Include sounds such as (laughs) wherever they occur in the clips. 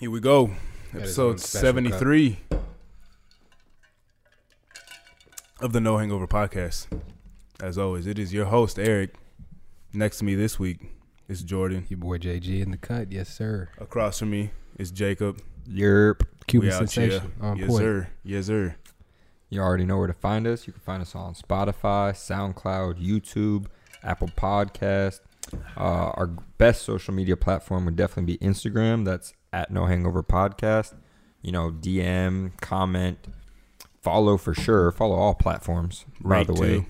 Here we go. That is one Episode special 73 of the No Hangover Podcast. As always, it is your host, Eric. Next to me this week is Jordan. Your boy JG in the cut, yes sir. Across from me is Jacob. Yerp. Cuban We out here. sensation on yes, point. sir. Yes, sir. You already know where to find us. You can find us on Spotify, SoundCloud, YouTube, Apple Podcast. Uh, our best social media platform would definitely be Instagram. That's at No Hangover Podcast. You know, DM, comment, follow for sure. Follow all platforms. Rank by the way, two.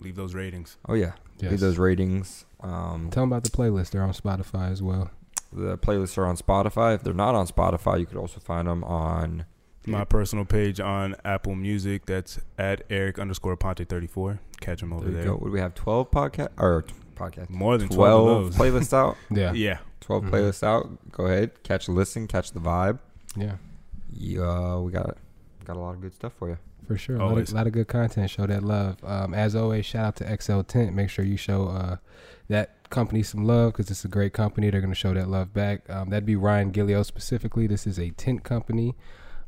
Leave those ratings. oh yeah, Yes. leave those ratings. Um, Tell them about the playlist. They're on Spotify as well. the playlists are on Spotify. If they're not on Spotify, you could also find them on My personal page on Apple Music, that's at Eric underscore Ponte 34. Catch him over There there. you go. Would we have twelve podcast or t- podcast? More than 12, Twelve, of those. Mm-hmm. (laughs) playlists out. Yeah, yeah. Yeah. 12 Mhm. playlists out. Go ahead, catch a listen, catch the vibe. Yeah, we got got a lot of good stuff for you. for sure. A lot, of, Always. lot of good content. Show that love. Um, as always, shout out to XL Tent. Make sure you show uh, that company some love because it's a great company. They're going to show that love back. Um, that'd be Ryan Gillio specifically. This is a tent company.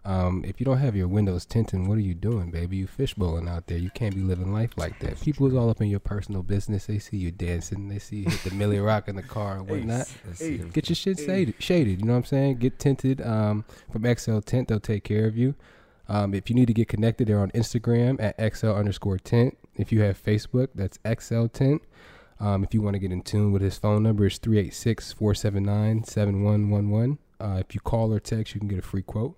Um, if you don't have your windows tinted, what are you doing, baby? You fishbowling out there. You can't be living life like that. People is all up in your personal business. They see you dancing. They see you hit the Millie Rock in the car and whatnot. Let's Hey. see. Get your shit shaded, shaded. You know what I'm saying? Get tinted um, from XL Tint. They'll take care of you. Um, if you need to get connected, they're on Instagram at XL underscore Tint. If you have Facebook, that's XL Tint. Um, if you want to get in tune with his phone number, it's 386 479 7111. Uh, If you call or text, you can get a free quote.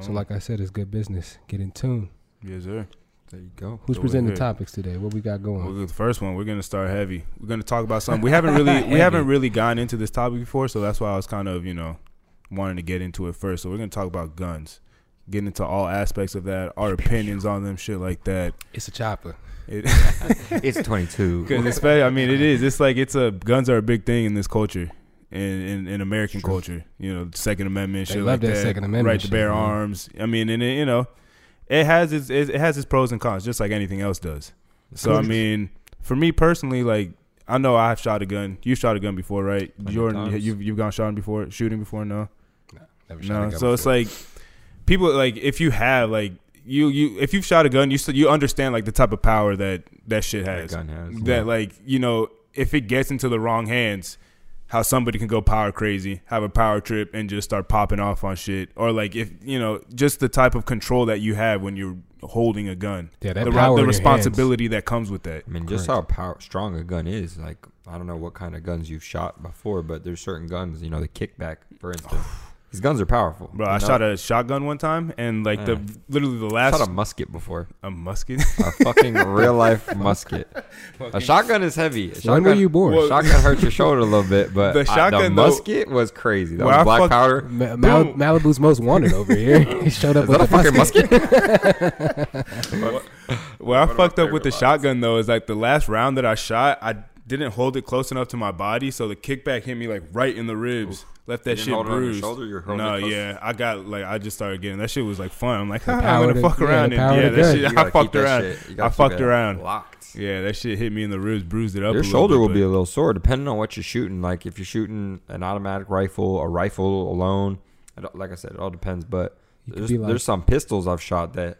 So, Boom. like I said, it's good business. Get in tune. yes, sir. There you go. Who's Oh, So we presenting the good. topics today? What we got Well, going? the first one, we're gonna start heavy. We're gonna talk about something we haven't really we haven't Heavy. really gone into this topic before, so that's why I was kind of you know wanting to get into it first. So we're gonna talk about guns, getting into all aspects of that, our opinions on them, shit like that. It's a chopper. It, It's (laughs) 22. Because especially, I mean, it is. It's like it's a guns are a big thing in this culture, in in, in American True. culture. You know, Second Amendment, They shit love like that that. Second Amendment right to shit, bear man. arms. I mean, and it, you know, it has its it, it has its pros and cons, just like anything else does. So I course. mean, for me personally, like I know I've shot a gun. You shot a gun before, right? Plenty of Jordan, times. you've you've gone shooting before, shooting before, no. Never shot a No, gun so it's before. like people like if you have like you you if you've shot a gun, you still you understand like the type of power that that shit That has. gun has. that like you know if it gets into the wrong hands, how somebody can go power crazy, have a power trip, and just start popping off on shit, or like if you know just the type of control that you have when you're holding a gun, yeah, that the, power the in your hands. responsibility that comes with that. I mean, just Correct. how power strong a gun is. Like, I don't know what kind of guns you've shot before, but there's certain guns. You know, the kickback, for (sighs) instance. These guns are powerful. Bro, I shot a shotgun one time, and like the Yeah. literally the I last shot a musket before. a musket. (laughs) A fucking real life musket. A shotgun is heavy. A When shotgun, were you born? Well, shotgun hurt your shoulder a (laughs) little bit, but The I- the, shotgun, though- musket was crazy. That Where I was black fuck- (laughs) powder. Ma- Mal- Boom. Malibu's most wanted over here. (laughs) he showed up Is with that a a fucking musket? (laughs) Where I One of my fucked up with the favorite lines. shotgun though is like the last round that I shot, I didn't hold it close enough to my body, so the kickback hit me like right in the ribs. Left that didn't shit hold it on your bruised. shoulder, you were holding no, it close? yeah, I got like I just started getting that shit was like fun. I'm like, The "Ah, power I'm gonna to- fuck yeah, the around power and yeah, to that gun. shit, You gotta I keep fucked that around. shit- I you gotta keep fucked it around. Locked. Yeah, that shit hit me in the ribs, bruised it up. a Your little shoulder bit, will but- be a little sore depending on what you're shooting. Like if you're shooting an automatic rifle, a rifle alone, I don't- like I said, it all depends. But You could there's, be like- there's some pistols I've shot that,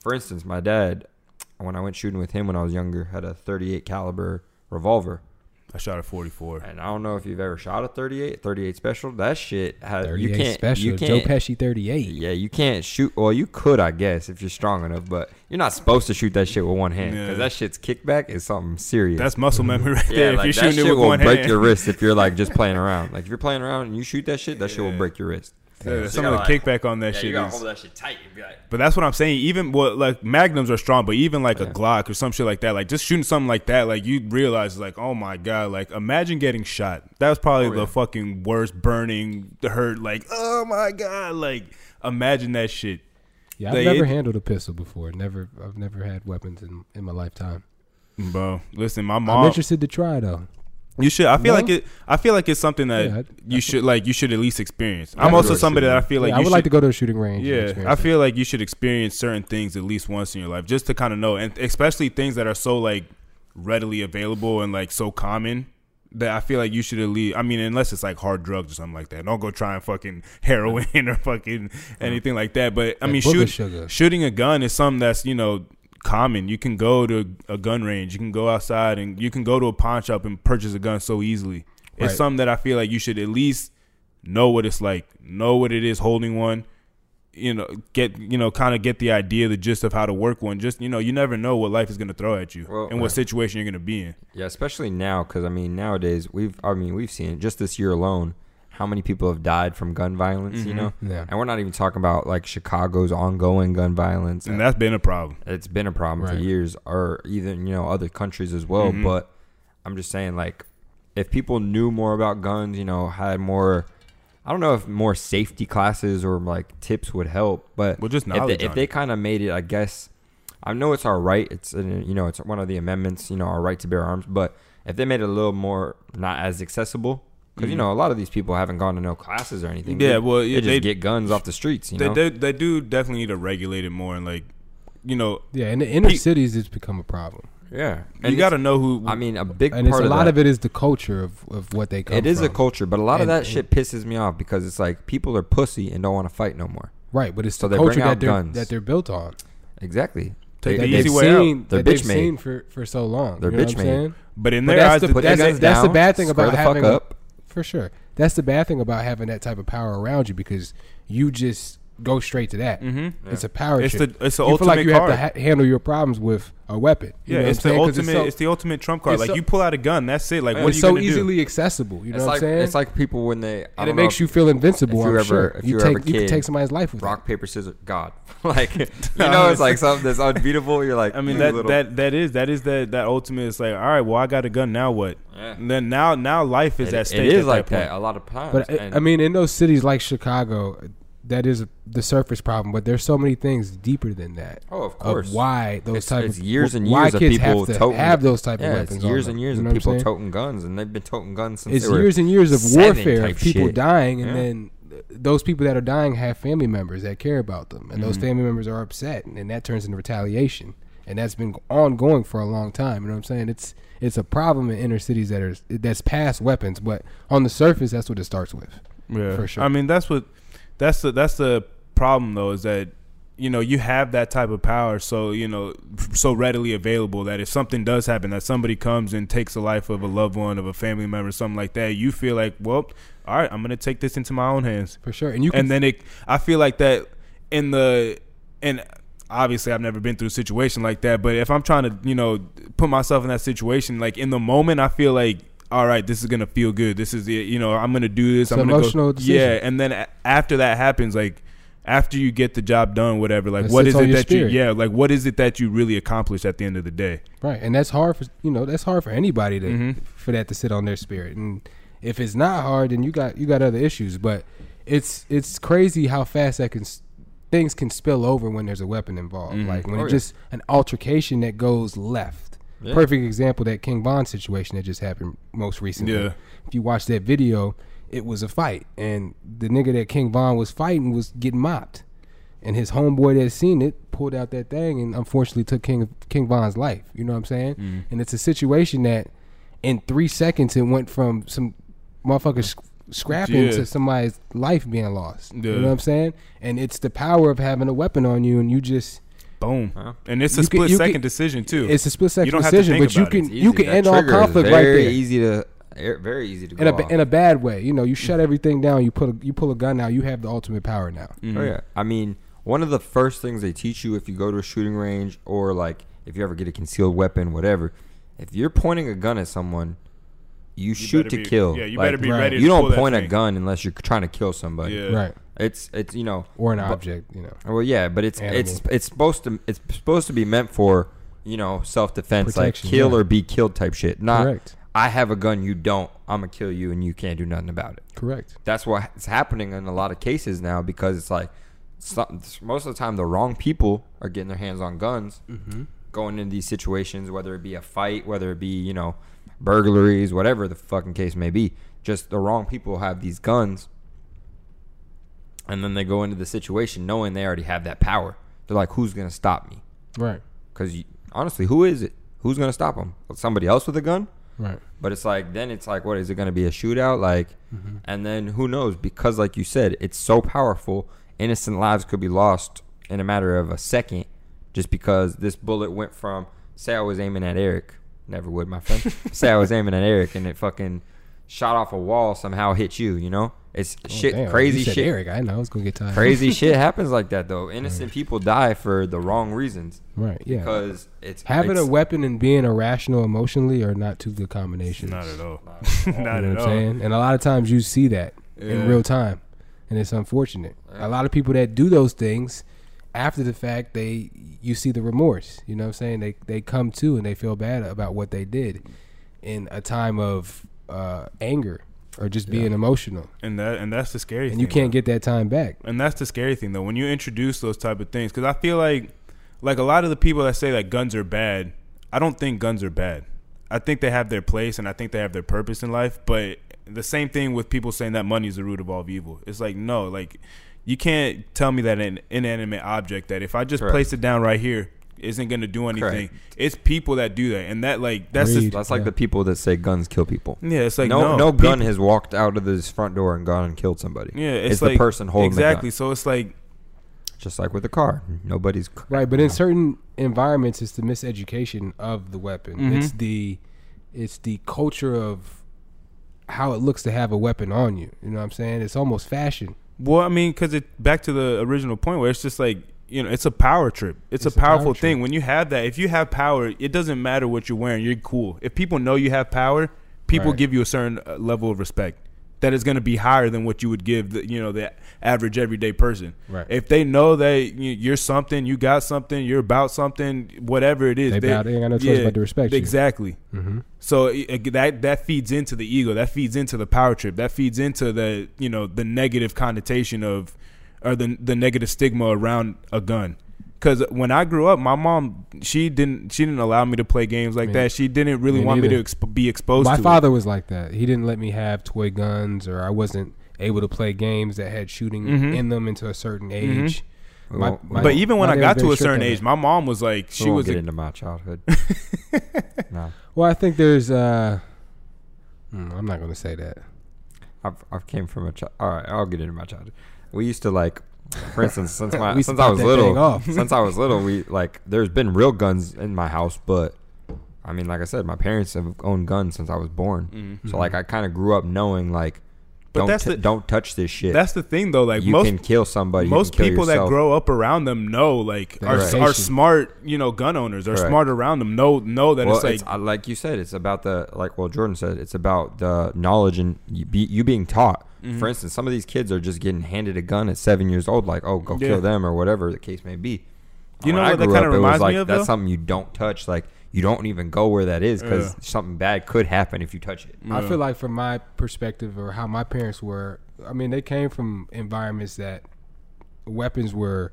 for instance, my dad, when I went shooting with him when I was younger, had a 38 caliber revolver. I shot a 44. And I don't know if you've ever shot a 38, 38 special. That shit has you 38 can't special. you Joe can't Pesci 38. yeah, you can't shoot. Well, you could, I guess, if you're strong enough, but you're not supposed to shoot that shit with one hand because Yeah. that shit's kickback is something serious. That's muscle memory right Mm-hmm. yeah, there. like if you're that shooting shit it with will one break hand, your wrist if you're like just (laughs) playing around. Like if you're playing around and you shoot that shit, that shit will Yeah. break your wrist. Yeah, You some of the gotta, like- kickback on that Yeah, shit you gotta is- hold that shit tight and be like, But that's what I'm saying. Even what like magnums are strong, but even like a Yeah. Glock or some shit like that, like just shooting something like that, like you realize like, oh my god, like imagine getting shot. That was probably Oh, the yeah. fucking worst burning hurt. Like oh my god, like imagine that shit. Yeah, I've They- never it- handled a pistol before. Never, I've never had weapons in, in my lifetime. Bro, listen, my I'm mom. interested to try though. You should. I feel Well- like it. I feel like it's something that Yeah, I- you should like. You should at least experience. would I'm also like to. somebody that I feel like Yeah, I you would should, like to go to a shooting range. and Yeah, I experience feel like you should experience certain things at least once in your life, just to kind of know, and especially things that are so like readily available and like so common that I feel like you should at least. I mean, unless it's like hard drugs or something like that. Don't go trying fucking (laughs) heroin or fucking anything like that. But I Like mean, Booger shoot, Sugar. shooting a gun is something that's you know common. You can go to a gun range. You can go outside and you can go to a pawn shop and purchase a gun so easily. Right. It's something that I feel like you should at least know what it's like. Know what it is holding one. You know, get you know, kind of get the idea, the gist of how to work one. Just you know, you never know what life is going to throw at you Well, and what right. situation you're going to be in. Yeah, especially now, because I mean, nowadays we've, I mean, we've seen it just this year alone how many people have died from gun violence. Mm-hmm. You know, Yeah. and we're not even talking about like Chicago's ongoing gun violence. And that's been a problem. it's been a problem for Right. years, or even you know other countries as well. Mhm. But I'm just saying, like, if people knew more about guns, you know, had more. I don't know if more safety classes or like tips would help, but Well, just if knowledge they, if on they it. kind of made it, I guess I know it's our right. It's uh, you know it's one of the amendments. You know our right to bear arms, but if they made it a little more not as accessible, because you know a lot of these people haven't gone to no classes or anything. Mm-hmm. Yeah, They- well, they yeah, just they- get guns off the streets. You They, know, they they do definitely need to regulate it more and like, you know, Yeah, in the inner Pe- cities, it's become a problem, yeah. you got to know who. I mean, a big and it's part a of lot that- of it is the culture of, of what they come. It is a from. culture, but a lot of And- that and- shit pisses me off because it's like people are pussy and don't want to fight no more. right? But it's So the they bring culture out that they're guns. that they're built on. Exactly. Take that the they've easy way out. seen, They're that they've bitch made. seen for, for so long. They're you know bitch what I'm made. saying? but in but their that's eyes, the- the, Put that's- their guns that's the down, bad thing square about the having fuck a- up. For sure. That's the bad thing about having that type of power around you because you just go straight to that. Mm-hmm. It's a power it's trip. the it's the you feel ultimate like you card. have to ha- handle your problems with a weapon. You yeah, know it's what I'm the saying? 'Cause ultimate. It's, It's so, the ultimate trump card. it's Like so- you pull out a gun, that's it. Like what are it's you so gonna easily accessible. You know it's what like I'm saying? it's like people when they I and don't it know makes if- you feel invincible. if you I'm ever- sure. if you you were take ever you can kid, take somebody's life with it. rock paper scissors God (laughs) (laughs) like you know it's like something that's unbeatable. You're like do? I mean you that little- (laughs) that that is that is that that ultimate. It's like all right, well I got a gun now. What? Yeah. And then now now life is it, at it stake. is at like that. that, point. a lot of times. But I, and I mean, in those cities like Chicago, that is the surface problem. But there's so many things deeper than that. Oh, of course. why those it's, type it's of years and why years of kids people have to toting- have those type yeah, of weapons. It's on years them, and years you know what of I'm people saying? toting guns, and they've been toting guns since It's they were years and years of seven warfare type of people shit. dying, and Yeah. then th- those people that are dying have family members that care about them, and Mm-hmm. those family members are upset, and, and that turns into retaliation, and that's been ongoing for a long time. You know what I'm saying? It's it's a problem in inner cities that are that's past weapons, but on the surface, that's what it starts with. Yeah, for sure. I mean, that's what that's the that's the problem though is that you know you have that type of power so you know so readily available that if something does happen that somebody comes and takes the life of a loved one of a family member something like that you feel like well all right i'm gonna take this into my own hands For sure, and you can and then it i feel like that in the and obviously i've never been through a situation like that but if i'm trying to you know put myself in that situation like in the moment i feel like all right this is gonna feel good this is it you know i'm gonna do this It's i'm an gonna emotional go decision. yeah and then a- after that happens like after you get the job done whatever like It what is sits on it your that spirit. you yeah like what is it that you really accomplished at the end of the day Right, and that's hard for you know that's hard for anybody to Mm-hmm. Mhm. for that to sit on their spirit. And if it's not hard, then you got you got other issues. But it's it's crazy how fast that can s- things can spill over when there's a weapon involved. Like when Oh, it's yeah. just an altercation that goes left. Yeah. Perfect example that King Bond situation that just happened most recently. Yeah. If you watch that video, it was a fight, and the nigga that King Von was fighting was getting mopped, and his homeboy that seen it pulled out that thing and unfortunately took King King Von's life. You know what I'm saying? Mm-hmm. And it's a situation that in three seconds it went from some motherfuckers sc- scrapping Yeah. to somebody's life being lost. You Yeah. know what I'm saying? And it's the power of having a weapon on you, and you just boom Huh. and it's a You can- split you second can- decision too it's a split You second don't have to decision, think but you about it. can It's It's you easy. can That end all trigger is conflict right there Very easy to er, very easy to go in a off. in a bad way. You know, Mm. you shut everything down. You put a, you pull a gun now. You have the ultimate power now. Oh yeah. I mean, one of the first things they teach you if you go to a shooting range or like if you ever get a concealed weapon, whatever, if you're pointing a gun at someone, you, shoot better to be- kill. yeah, you Like, better be Right. ready You to don't pull that point a thing. gun unless you're trying to kill somebody. yeah Right. It's it's you know Or an bu- object, you know. Well, yeah, but it's Animal. it's it's supposed to it's supposed to be meant for you know self defense, like Protection, kill yeah. or be killed type shit. Not Correct. I have a gun, you don't. I'm gonna kill you, and you can't do nothing about it. Correct. that's what's happening in a lot of cases now because it's like some, most of the time the wrong people are getting their hands on guns going into these situations whether it be a fight whether it be you know burglaries whatever the fucking case may be just the wrong people have these guns and then they go into the situation knowing they already have that power they're like who's gonna stop me Right. because honestly who is it who's gonna stop them somebody else with a gun Right. Oh, But it's like then it's like what is it going to be a shootout like Mhm. and then who knows because like you said it's so powerful innocent lives could be lost in a matter of a second just because this bullet went from say I was aiming at Eric never would my (laughs) friend say I was aiming at Eric and it fucking shot off a wall somehow hit you you know it's Oh, shit damn. crazy You said shit Eric, I know I was gonna get tired. (laughs) crazy shit happens like that though innocent people die for the wrong reasons Right. Yeah. because it's Having it's, a weapon and being irrational emotionally are not two good combinations. Not at all. Not (laughs) You Not know at what I'm all. saying? And a lot of times you see that Yeah. in real time, and it's unfortunate. A Yeah. lot of people that do those things after the fact, they you see the remorse. You know what I'm saying? They they come to and they feel bad about what they did in a time of uh, anger or just being emotional, And that and that's the scary thing. and you though. can't get that time back. and that's the scary thing though when you introduce those type of things because i feel like like a lot of the people that say like guns are bad i don't think guns are bad i think they have their place and i think they have their purpose in life but the same thing with people saying that money is the root of all evil it's like no like you can't tell me that an inanimate object that if i just Correct. place it down right here isn't going to do anything it's people that do that and that like that's Agreed. just, that's like Yeah. the people that say guns kill people yeah it's like no, no no, people- gun has walked out of this front door and gone and killed somebody. yeah it's, it's, the like person holding exactly the so it's like gun. Just like with the car, nobody's c- Right, but in certain environments, it's the miseducation of the weapon. Mhm. It's the it's the culture of how it looks to have a weapon on you. You know what I'm saying? It's almost fashion. Well, I mean, because it back to the original point where it's just like you know, it's a power trip. It's, a powerful power trip. thing. When you have that, if you have power, it doesn't matter what you're wearing. You're cool. If people know you have power, people Right. give you a certain uh, level of respect that is going to be higher than what you would give the you know the average everyday person. Right. If they know that you- you're something, you got something, you're about something, whatever it is, They bow- they ain't got no choice but to respect you. Exactly. Mm-hmm. So i- that that feeds into the ego. That feeds into the power trip. That feeds into the you know the negative connotation of, or the the negative stigma around a gun. Because when I grew up, my mom she didn't she didn't allow me to play games like Me- that. She didn't really me want me neither. to exp- be exposed. My to it. father was like that. He didn't let me have toy guns, or I wasn't able to play games that had shooting Mhm. in them until a certain Mhm. age. We My- won't- we my- but won't- even when my I dad got was to very a certain strict on age, that. my mom was like we she won't was get a, into (laughs) my childhood. no, Well, I think there's. uh hmm, I'm not gonna say that. I've I've came from a child. All right, I'll get into my childhood. We used to like, for instance, (laughs) since my We since I spot was that thing little, off. (laughs) since I was little, we like there's been real guns in my house, but I mean, like I said, my parents have owned guns since I was born, so like I kind of grew up knowing like, Mm-hmm. But don't that's t- the- don't touch this shit. that's the thing though. Like you most can kill somebody. you can most kill people that yourself. grow up around them know like are, Correct. are smart you know gun owners are Correct. smart around them know know that well, it's like uh, like you said, it's about the like. Well, Jordan said it's about the knowledge and you, be, you being taught. Mm-hmm. For instance, some of these kids are just getting handed a gun at seven years old, like oh, go Yeah. kill them or whatever the case may be. You know I what that grew kinda up, it was reminds me like, of, That's though? something you don't touch. Like you don't even go where that is because Yeah. something bad could happen if you touch it. I feel like from my perspective or how my parents were, I mean, they came from environments that weapons were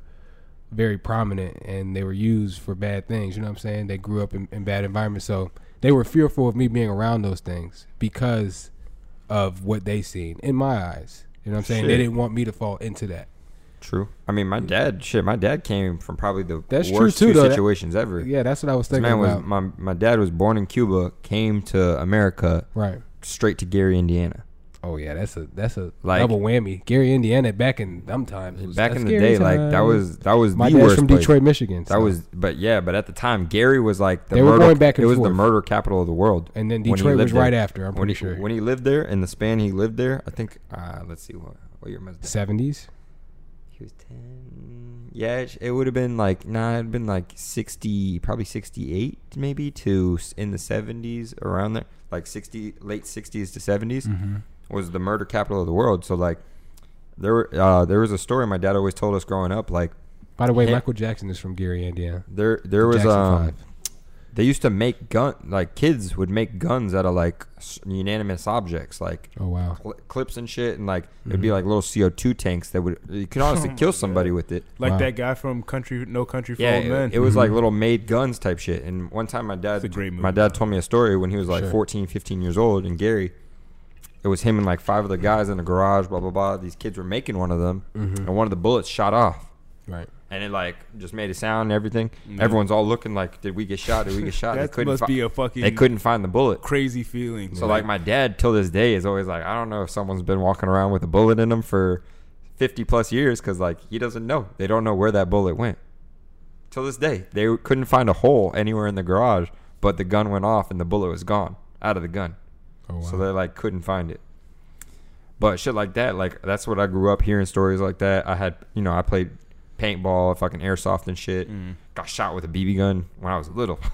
very prominent and they were used for bad things. You know what I'm saying? They grew up in, in bad environments. So they were fearful of me being around those things because of what they seen in my eyes. You know what I'm saying? They Shit. didn't want me to fall into that. True. I mean, my dad, shit, my dad came from probably the That's true, worst too, two though. That- situations ever. Yeah, that's what I was This thinking man was about. my my dad was born in Cuba, came to America right. straight to Gary, Indiana. Oh yeah, that's a that's a Like- double whammy. Gary, Indiana, back in them times. was- Back that's in the scary day, like that times. was that was my the dad's worst from place. Detroit, Michigan. That so- was, but yeah, but at the time, Gary was like the They were murder. going back and it was the forth. murder capital of the world. And then when he Detroit was lived there. right after, I'm when pretty he, sure. when he lived there, in the span he lived there, I think. Uh, let's see, what, what year was that? 70s? He was ten. Yeah, it, it would have been like nah, it'd been like sixty, probably sixty-eight, maybe to s- in the seventies around there, like sixty, late sixties to 70s Mm-hmm. Mm-hmm. was the murder capital of the world. So like, there were uh, there was a story my dad always told us growing up, like. By the way, Yeah. Michael Jackson is from Gary, Indiana. There, there was Jackson um, Five. they used to make gun like kids would make guns out of like s- unanimous objects like Oh, wow. cl- clips and shit and like it'd Mm-hmm. be like little CO2 tanks that would you (laughs) could honestly kill somebody with it. Like Wow. that guy from Country No Country for Yeah, Old Men. it, it was like little made guns type shit. And one time my dad It's a great my movie. dad told me a story when he was like Sure. 14, 15 years old and Gary it was him and like five Mm-hmm. other guys in a garage blah blah blah. These kids were making one of them and one of the bullets shot off. Right. and it like just made a sound and everything. Mm-hmm. Everyone's all looking like, did we get shot? Did we get shot? they That couldn't. must fi- be a fucking they couldn't find the bullet. crazy feeling. So like my dad till this day is always like, I don't know if someone's been walking around with a bullet in them for 50 plus years because like he doesn't know. They don't know where that bullet went. Till this day, they couldn't find a hole anywhere in the garage, but the gun went off and the bullet was gone out of the gun. Oh wow. So they like couldn't find it. But shit like that, like that's what I grew up hearing stories like that. I had, you know, I played paintball, fucking airsoft and shit. Got shot with a BB gun when I was little. (laughs)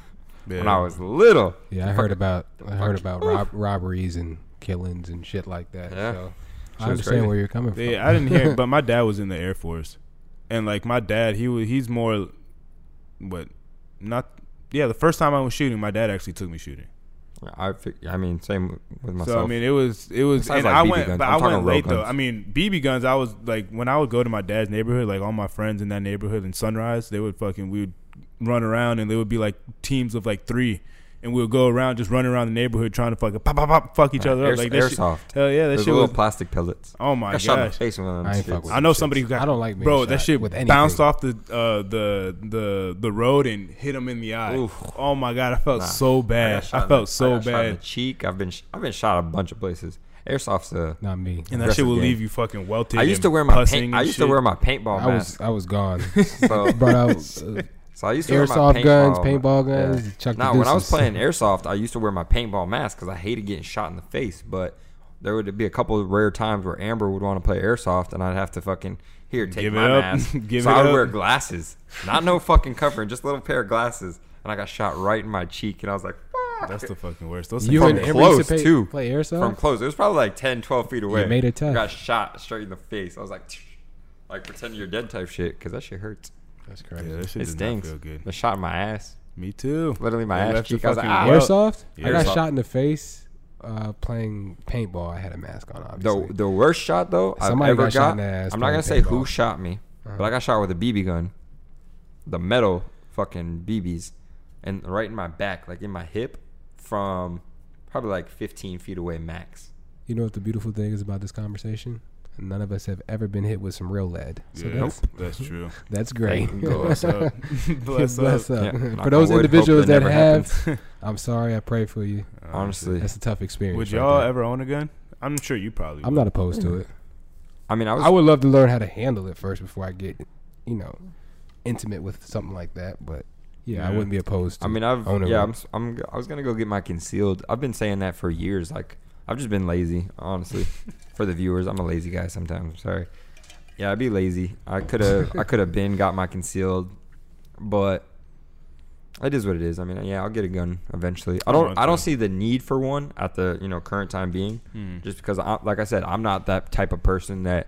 When I was little. yeah, I heard about I heard fucking- about rob, robberies and killings and shit like that. Yeah. So Shit's I understand crazy. where you're coming from. Yeah, I didn't hear, but my dad was in the Air Force, and like my dad, he was he's more, what, not yeah. The first time I was shooting, my dad actually took me shooting. I, fig- I mean, same with myself. So I mean, it was it was, Besides, and like, I BB went, guns. but I'm i talking went real late though. guns. I mean, BB guns. I was like when I would go to my dad's neighborhood, like all my friends in that neighborhood in Sunrise, they would fucking we would run around and there would be like teams of like three. And we would go around just running around the neighborhood trying to fucking pop pop pop fuck each Right, other air- up like that. shit- airsoft. Hell yeah, that Those shit little was. plastic pellets. Oh my got shot in the gosh! face with one of them I ain't shits. fuck with I know somebody who got. I don't like being bro. That shot shit with anything. bounced off the uh, the the the road and hit him in the eye. Oof. Oh my god, I felt Nah. so I bad. got shot I, in felt the- so I got Shot in the bad, cheek. I've been sh- I've been shot a bunch of places. Airsoft's a. Not me. and that shit will Aggressive leave you fucking welted. I used to and wear my pussing paint, and I used to shit. wear my paintball I was mask. I (laughs) was gone. (laughs) so, Brought out uh, so I used to wear my airsoft paintball guns, ma- paintball Yeah. guns. Chuck E. Nah, the when I was deuces. playing airsoft, I used to wear my paintball mask because I hated getting shot in the face. But there would be a couple of rare times where Amber would want to play airsoft, and I'd have to fucking here take Give my it up. mask. (laughs) Give so it I would up. wear glasses, not no fucking covering, just a little pair of glasses, and I got shot right in my cheek, and I was like, "Fuck!" That's the fucking worst. Those you things- and from Amber used close, to pay- too. play airsoft. from close. It was probably like 10, 12 feet away. made it tough. Got shot straight in the face. I was like, like pretend you're dead type shit because that shit hurts. That's crazy. yeah, that shit It does stings. not feel good. The shot in my ass. Me too. Literally my They ass left the cheek. I was like, fucking "Ah." welt. Airsoft? I got Airsoft. shot in the face uh, playing paintball. I had a mask on, obviously. The the worst shot though Somebody I've ever got got. shot in the ass I'm not gonna say playing who paintball. Uh-huh. shot me, but I got shot with a BB gun, the metal fucking BBs, and right in my back, like in my hip, from probably like 15 feet away max. You know what the beautiful thing is about this conversation? None of us have ever been hit with some real lead. So Yeah, that's, (laughs) that's true. that's great. (laughs) Thank Bless up. (laughs) Bless Bless up. up. Yeah, knock for those on wood, hope individuals that that, never have, (laughs) I'm sorry, I pray for you. Honestly, That's a tough experience. Uh, Would right y'all there. ever own a gun? I'm sure you probably. I'm would. not opposed to it. I mean I was I would love to learn how to handle it first before I get, you know, intimate with something like that. But yeah, Yeah. I wouldn't be opposed to I mean, I've owning yeah, one. I'm, s- I'm g- I was gonna go get my concealed. I've been saying that for years. Like I've just been lazy, honestly. for the viewers, I'm a lazy guy sometimes. I'm sorry. Yeah, I'd be lazy. I could have I could have been got my concealed, but it is what it is. I mean, yeah, I'll get a gun eventually. I I don't want I don't to. see the need for one at the you know current time being, Hmm. just because I, like I said, I'm not that type of person that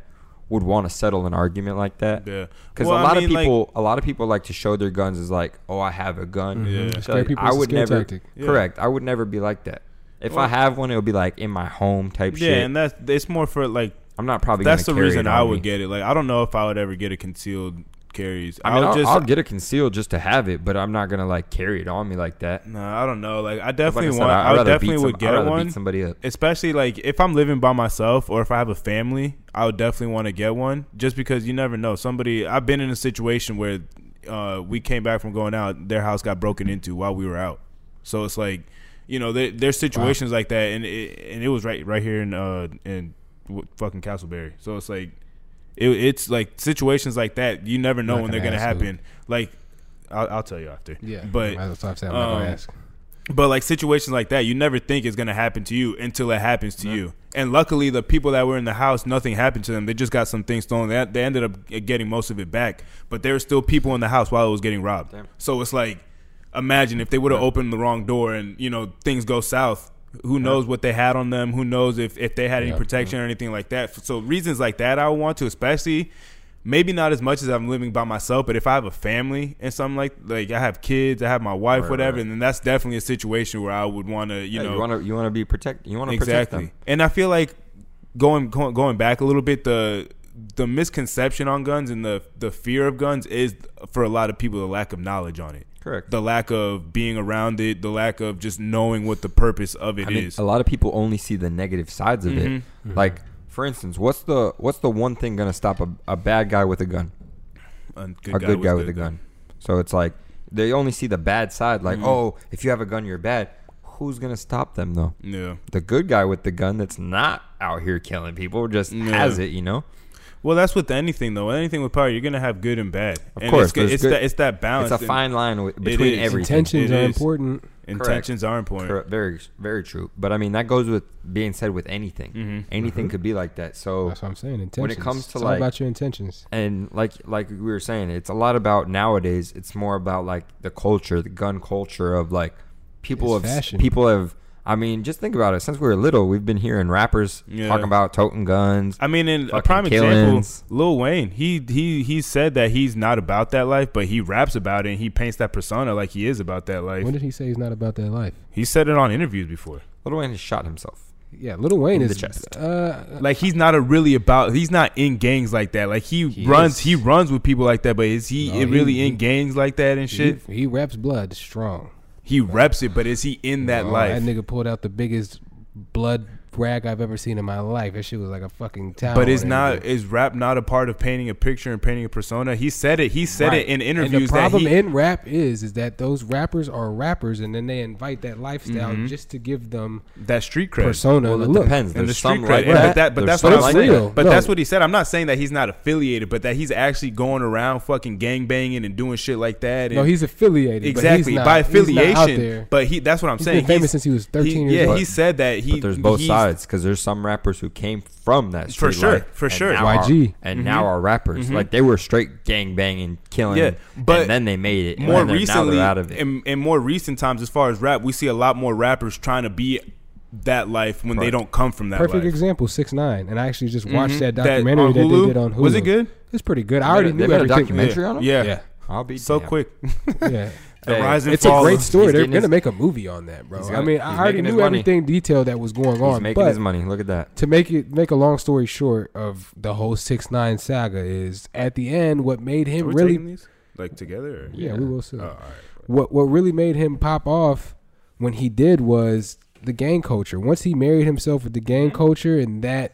would want to settle an argument like that. Yeah, Because Well, a I lot mean, of like- people, a lot of people like to show their guns as like, oh, I have a gun. Mhm. Yeah. So, Scare like, Mm-hmm. people I is a would scare never. tactic. Yeah. Correct. I would never be like that. If I Well- have one, it would be like in my home type yeah, shit. and that's it's more for like I'm not probably. that's the gonna carry reason it I on would me. get it. Like I don't know if I would ever get a concealed carries. I mean, I'll I'll, just I'll get it concealed just to have it, but I'm not gonna like carry it on me like that. No, I don't know. Like I Like definitely said, want. I'd I, rather would beat definitely some- would I'd get rather one. Beat somebody up. Especially like if I'm living by myself or if I have a family, I would definitely want to get one. Just because you never know. Somebody. I've been in a situation where uh, we came back from going out. Their house got broken into while we were out. So it's like, you know, there, there's situations like that, and it, and it was right right here in uh in w- fucking Castleberry. So it's like. It, it's like situations like that. You never know Not when they're gonna gonna ask who. happen. Like, I'll, I'll tell you after. yeah, but that's what I'm saying. I'm not gonna um, ask. but like situations like that, you never think is gonna happen to you until it happens to you. And luckily, the people that were in the house, nothing happened to them. They just got some things stolen. They, they ended up getting most of it back, but there were still people in the house while it was getting robbed. Damn. So it's like, imagine if they would have opened the wrong door and you know things go south. Who knows what they had on them? Who knows if if they had any Yeah. protection or anything like that? So reasons like that, I would want to, especially maybe not as much as I'm living by myself, but if I have a family and something like like I have kids, I have my wife, Right, whatever, right. and then that's definitely a situation where I would want to, you Yeah, know, you want to you want to be protect. You want to protect exactly. And I feel like going, going going back a little bit, the the misconception on guns and the the fear of guns is for a lot of people the lack of knowledge on it, them. Correct. the lack of being around it, the lack of just knowing what the purpose of it is. I mean, a lot of people only see the negative sides of it. Mm-hmm. Mm-hmm. Like, for instance, what's the what's the one thing gonna stop a, a bad guy with a gun? un- good a guy good was guy with a gun. So it's like they only see the bad side. Like, Mhm. oh, if you have a gun, you're bad. Who's gonna stop them though? Yeah. The good guy with the gun that's not out here killing people just Yeah. has it, you know. Well, that's with anything though. Anything with power, you're gonna have good and bad. Of and course, it's, good- there's it's good- that it's that balance. It's a and fine line with, It between is. everything. Intentions It are is. important. Intentions are important. Correct. Very, very true. But I mean, that goes with being said with anything. Mhm. Anything could be like that. So That's what I'm saying. Intentions. When it comes to, it's all like- about your intentions. and like like we were saying, it's a lot about nowadays. It's more about like the culture, the gun culture of like people It's have fashion. people have. I mean, just think about it. Since we were little, we've been hearing rappers Yeah. talking about toting guns. I mean, in a Fucking prime killings. example, Lil Wayne, he he he said that he's not about that life, but he raps about it and he paints that persona like he is about that life. When did he say he's not about that life? he said it on interviews before. Little Wayne has shot himself. Yeah, Little Wayne In the is. chest. Uh, Like he's not a really about. He's not in gangs like that. Like he, He runs, is. he runs with people like that. But is he No, in- he- really he- in gangs like that and he, shit? he raps blood strong. He, reps it, but is he in that Oh, life? That nigga pulled out the biggest blood rag I've ever seen in my life. That shit was like a fucking towel. But is and not everything. is rap not a part of painting a picture and painting a persona? He said it. He said Right. it in And interviews the problem that he, in rap is is that those rappers are rappers, and then they invite that lifestyle Mm-hmm. just to give them that street cred. persona. and Well, it look, depends. and the There's street some cred. like And- that. But, that, but There's that's what some I'm like saying. that. But No. that's what he said. I'm not saying that he's not affiliated, but that he's actually going around fucking gangbanging and doing shit like that. And No, he's affiliated. exactly but he's not, by he's not affiliation. out there. But he that's what I'm He's saying. been famous since he was 13 years yeah, old. he said that he. But there's both he's- sides because there's some rappers who came from that For street sure, life for and sure. Mm-hmm. now are- YG. and now are rappers like they were straight gang banging, killing, Yeah, but and then they made it. and More then they're- now recently, they're out of it. in, in more recent times, as far as rap, we see a lot more rappers trying to be that life when they Correct. don't come from that Perfect life. example, six nine, and I actually just watched Mhm. that That documentary on that, Hulu? they did on Hulu. Was it good? It's pretty good. I They already made a- they knew made a everything. documentary on 'em? Yeah. Yeah, I'll be So damned. quick. (laughs) (laughs) yeah. The Hey, rise and It's a fall. great story. He's They're getting gonna his- make a movie on that, bro. He's I gonna- mean, he's I already making his knew money. everything detailed that was going He's on, making but his money. Look at that. to make it make a long story short of the whole six nine saga is at the end what made Are him we really taking these? like together. Or? yeah, we will soon. Oh, all right. what what really made him pop off when he did was the gang culture. Once he married himself with the gang culture and that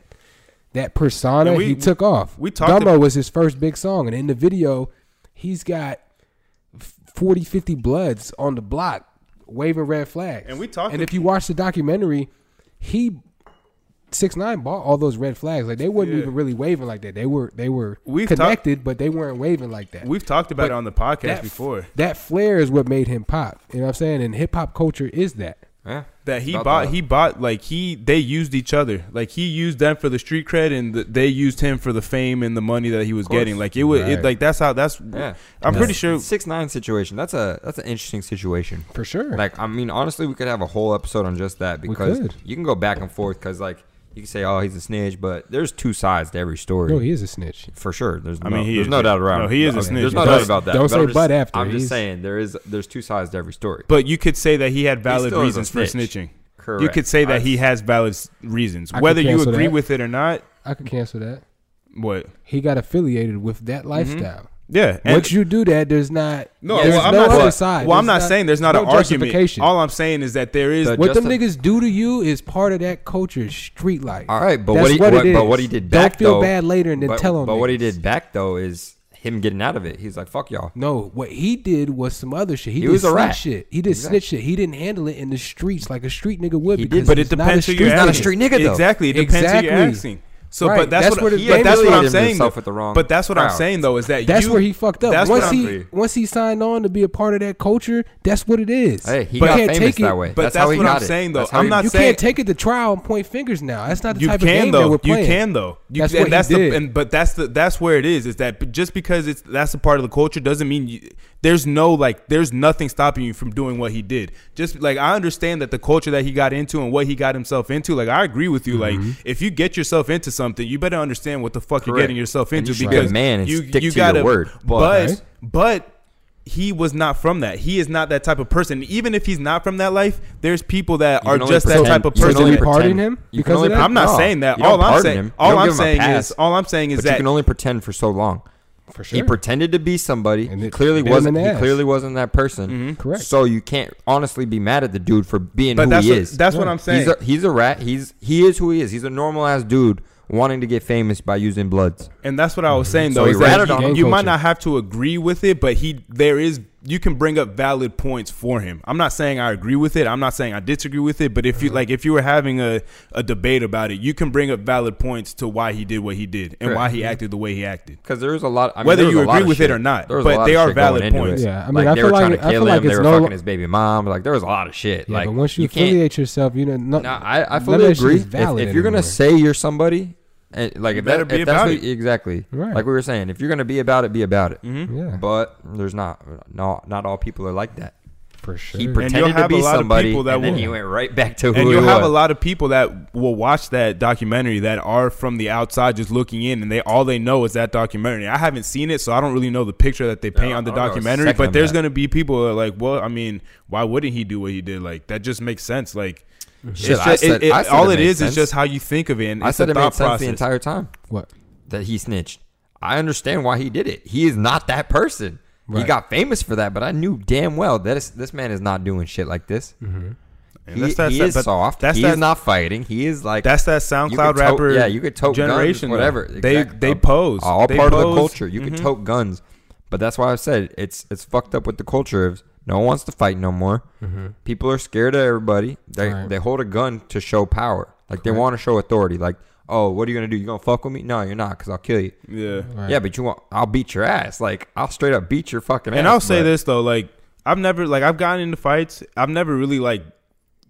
that persona, Mm-hmm. And we- he took off. we talked Dumbo was his first big song, and in the video, he's got f- 40, 50 bloods on the block waving red flags. And we talked And to- if you watch the documentary, he six nine bought all those red flags. Like they weren't Yeah. even really waving like that. They were they were We've talked- connected, but they weren't waving like that We've talked about But it on the podcast that f- before. that flair is what made him pop. You know what I'm saying? And hip hop culture is that. Yeah. That he About bought, that. he bought like he they used each other. Like he used them for the street cred, and th they used him for the fame and the money that he was course. getting. Like it was, Right. it, like that's how that's. Yeah. I'm That's- pretty sure. six nine situation. That's a that's an interesting situation. For sure. Like I mean, honestly, we could have a whole episode on just that because could. you can go back and forth because like you can say, oh, he's a snitch, but there's two sides to every story. no, he is a snitch. for sure. There's I no, mean, he there's is- no doubt around. no, he is a Okay, snitch. There's no Don't- doubt about that. don't say I'm just- but after. I'm just He's- saying there is there's two sides to every story. But you could say that he had valid still is a reasons for snitch. snitching. Correct. You could say that I- he has valid s- reasons, I could whether you cancel agree that. with it or not. I could cancel that. What? He got affiliated with Mm-hmm. that lifestyle. Yeah. and- Once you do that, there's not no, there's well, I'm no not other saying, side. Well, I'm There's not saying there's not no an argument. justification. All I'm saying is that there is. The- what them Justin- niggas do to you is part of that culture, street life. All right, but That's what, he, what what- it but is. what he did Don't back feel though- bad later and then but, tell 'em But what he niggas. did back though is him getting out of it. He's like, "Fuck y'all." No, what he did was some other shit. He, did was a snitch rat. shit. He did snitch shit. He didn't handle it in the streets like a street nigga would. He did, because but it it's not a depends who you're street He's not a asking. nigga. street nigga, though. Exactly, it depends who you're Exactly. asking. So, Right, but that's, that's what, where the but that's what I'm affiliated saying. himself though. with the wrong but that's what I'm crowd. saying though is that That's you- where he fucked up. That's once what he I'm, agree. once he signed on to be a part of that culture, that's what it is. Hey, he You got can't famous take it- that way. but that's, that's how he what got I'm it. saying, though. That's how I'm he- not You saying- can't take it to trial and point fingers now. That's not the you type of can game though. that we're you playing. can though. You, That's and what he that's did. the and but that's the that's where it is. Is that b- just because it's that's a part of the culture doesn't mean you, there's no like there's nothing stopping you from doing what he did. Just like I understand that the culture that he got into and what he got himself into. Like I agree with you. Like if you get yourself into something, you better understand what the fuck you're Mm-hmm. Correct. getting yourself And into you should be a because man and you stick you to your gotta word. But Right. but. He was not from that. He is not that type of person. Even if he's not from that life, there's people that You are can only just pretend- that type of you can person. only that- pardon pretend- him you can because of only that? pre- I'm not no, saying that. you don't All I'm pardon saying, him. You all don't I'm give him a saying pass. is, all I'm saying is But you that can only pretend for so long. For sure. He pretended to be somebody. And he it clearly bit him in wasn't. the He ass. clearly wasn't that person. Correct. So you can't honestly be mad at the dude for being but who that's he what, is. that's what I'm he's saying. a, he's a rat. He's he is who he is. He's a normal ass dude wanting to get famous by using bloods. And that's what I was saying So though. he is that ratted on you, him. you might Culture. not have to agree with it, but he there is you can bring up valid points for him. I'm not saying I agree with it. I'm not saying I disagree with it. But if Uh-huh. you like, if you were having a, a debate about it, you can bring up valid points to why he did what he did and why Correct. he acted the way he acted. Because there is a lot. I mean, Whether there was you a lot agree of with it shit. or not, There was a but lot they of are shit going valid into it. points. Yeah, I mean, like, I they feel were like- trying I to feel kill like him. They it's were no fucking lo- his baby mom. Like there was a lot of shit. Yeah, like but once you, can't. affiliate yourself, you know, no, No, I, I none of fully that shit agree. is If, valid if you're gonna anymore. say you're somebody, and like You if, that, better if be that's about it. what, exactly Right. like we were saying, if you're gonna be about it, be about it. Mm-hmm. yeah, But there's not, no, not all people are like that. for sure. He you'll pretended to have a be lot of somebody, people that and then will- he went right back to who And he you'll was. have a lot of people that will watch that documentary that are from the outside just looking in and they all they know is that documentary. I haven't seen it, so I don't really know the picture that they paint I on the don't know a documentary. second But of there's that. gonna be people that are like, Well, I mean, why wouldn't he do what he did? Like that just makes sense. Like it's Shit, I just- it- said- it- I said all it it made is sense. is just how you think of it. And I it's said a it made thought sense process. the entire time what? that he snitched. I understand why he did it. He is not that person. He Right. got famous for that, but I knew damn well that is, this man is not doing shit like this. Mm-hmm. And He, that's that- he that- is but soft. That's he that, is not fighting. He is like That's that you SoundCloud could tote- rapper. yeah, you could tote generation. guns, though. whatever. They Exact- they um, pose. All They part of pose. the culture. You could Mhm. tote guns, but that's why I said it's it's fucked up with the culture of no one wants to fight no more. Mm-hmm. People are scared of everybody. They Right. they hold a gun to show power. Like they want to show authority. Like oh, what are you gonna do? You gonna fuck with me? No, you're not, cause I'll kill you. Yeah. Right. Yeah, but you want? I'll beat your ass. Like I'll straight up beat your fucking ass. And I'll say but- this though, like I've never like I've gotten into fights. I've never really like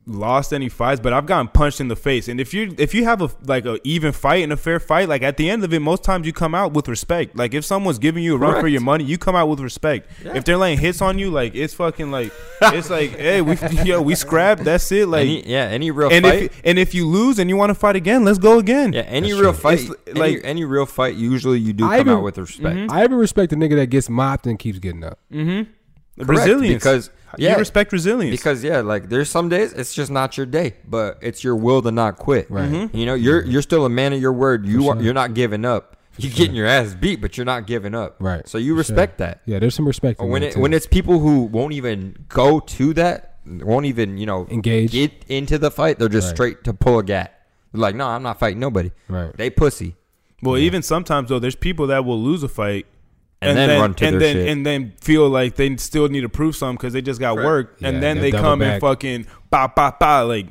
lost any fights, but I've gotten punched in the face. And if you if you have a like a even fight and a fair fight, like at the end of it, most times you come out with respect. Like if someone's giving you a run for Correct. your money, you come out with respect. Yeah. If they're laying hits on you, like it's fucking like it's like hey we (laughs) yo we scrapped. That's it. Like any, yeah, any real and fight. if and if you lose and you want to fight again, let's go again. yeah, any That's real right. fight. It's any- like- any, real fight, usually you do I come out even- Mm-hmm. with respect. I even respect the nigga that gets mopped and keeps getting up. Mm-hmm. Correct, Resilience because yeah, you respect (laughs) resilience. Because yeah, like there's some days it's just not your day, but it's your will to not quit. Right. Mhm. You know, you're you're still a man of your word. You are sure. you're not giving up. You're getting your ass beat, but you're not giving up. Right. So you For respect sure. that. Yeah, there's some respect. in When that, it too. when it's people who won't even go to that, won't even you know Engage. get into the fight. They're just Right. straight to pull a gat. They're like, no, I'm not fighting nobody. Right. They pussy. Well, even sometimes though, there's people that will lose a fight And then run to and their then, shit. and then feel like they still need to prove something because they just got Correct. worked, Yeah, and then they'll they double come back. and fucking pa pa pa like.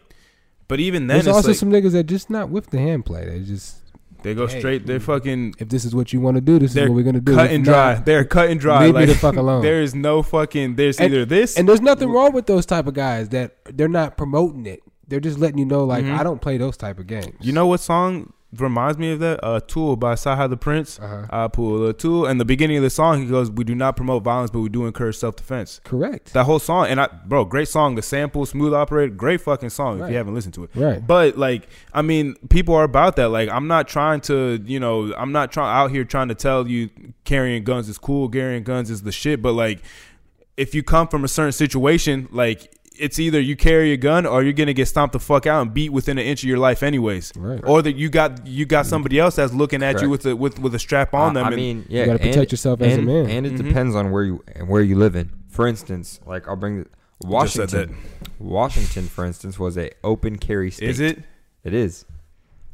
But even then, there's it's also like, some niggas that just not with the hand play. They just they go hey, straight. They're fucking. if this is what you want to do, this is They're what we're gonna do. cut If and dry. not- they're cut and dry. leave me like, the fuck (laughs) alone. There is no fucking. There's And- either this. And there's nothing wrong with those type of guys that they're not promoting it. They're just letting you know, like, Mhm. I don't play those type of games. you know what song reminds me of that? Uh, Tool by Saha the Prince. Uh-huh. I pull a tool, and the beginning of the song, he goes, "We do not promote violence, but we do encourage self defense." Correct. That whole song, and I, bro, great song. The sample, smooth operator, great fucking song. If Right. you haven't listened to it, Right. But like, I mean, people are about that. Like, I'm not trying to, you know, I'm not trying out here trying to tell you carrying guns is cool, carrying guns is the shit. But like, if you come from a certain situation, like. It's either you carry a gun or you're gonna get stomped the fuck out and beat within an inch of your life, anyways. Right. Or that you got you got somebody else that's looking at you Mm. Correct. with a with, with a strap on Uh, I- them. I and- mean, yeah, gotta protect yourself as a and- man. and it Mhm. depends on where you and where you live in. For instance, like I'll bring Just said Washington. Washington, for instance, was a open carry state. is it? It is.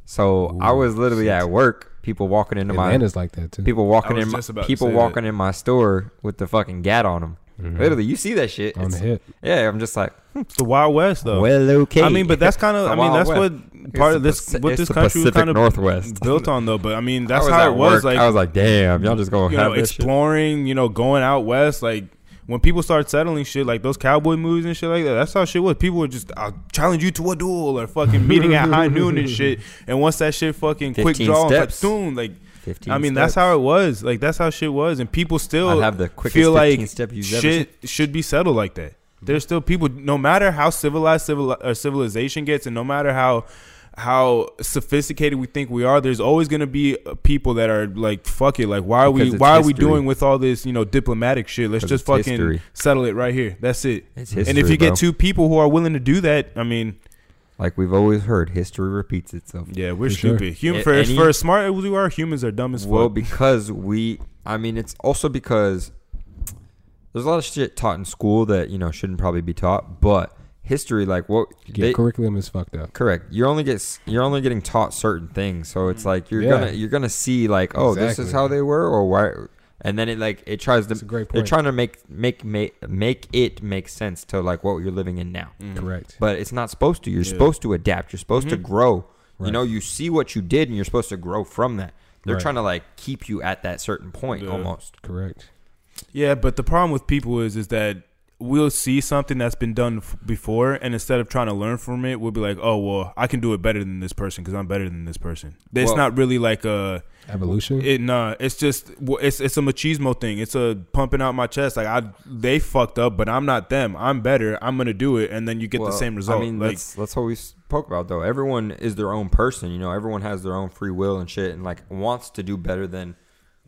So I was literally at work. People walking into Atlanta's like that too. my people walking I in was my, just about to say people Mm-hmm. walking in my store with the fucking gat on them. Literally, you see that shit On It's- the hip. Yeah, I'm just like, It's the Wild West, though. well, okay. I mean, but that's kind of. I The mean, Wild that's West. what part of this the Paci- what it's this the country was Pacific kind of Northwest. built on, though. But I mean, I that's how at it was. work, Like I was like, damn, y'all just gonna you have know, this shit. exploring, you know, going out west, like. When people start settling shit like those cowboy movies and shit like that, that's how shit was. People would just I'll challenge you to a duel or fucking meeting at high noon (laughs) and shit. And once that shit fucking quick 15 draw and steps. platoon, like 15 I mean, that's steps. how it was. Like that's how shit was. And people still I have the quickest feel 15 like step you've ever shit should be settled like that. There's still people, no matter how civilized civil, or civilization gets, and no matter how how sophisticated we think we are, there's always going to be uh, people that are like, "Fuck it! Like, why are Because we it's why are we history. doing with all this, you know, diplomatic shit? Let's Because just it's fucking history. settle it right here. That's it." It's and if history, you bro. get two people who are willing to do that, I mean, Like we've always heard, history repeats itself. yeah, we're For sure. stupid. Human A- first, any- for as smart as we are, humans are dumb as fuck. Well, because we, I mean, it's also because there's a lot of shit taught in school that you know shouldn't probably be taught, but history, like what Yeah, they, curriculum is fucked up. Correct. You're only get s- you're only getting taught certain things, so it's like you're Mm. Yeah. gonna you're gonna see like oh this is Exactly. how they were or why, and then it like it tries That's a to great they're point. trying to make make make make it make sense to like what you're living in Mm. now, Mm. Correct. but it's not supposed to. You're Yeah. supposed to adapt. You're supposed to Mhm. grow. You Right. know, you see what you did, and you're supposed to grow from that. They're Right. trying to like keep you at that certain point Yeah. almost. Correct. Yeah, but the problem with people is is that we'll see something that's been done f- before, and instead of trying to learn from it, we'll be like, "Oh well, I can do it better than this person because I'm better than this person." It's Well- not really like a Evolution. it. Nah, it's just well, it's it's a machismo thing. It's a pumping out my chest. Like I, they fucked up, but I'm not them. I'm better. I'm gonna do it, and then you get Well, the same result. I mean, like that's that's what we spoke about though. Everyone is their own person, you know. Everyone has their own free will and shit, and like wants to do better than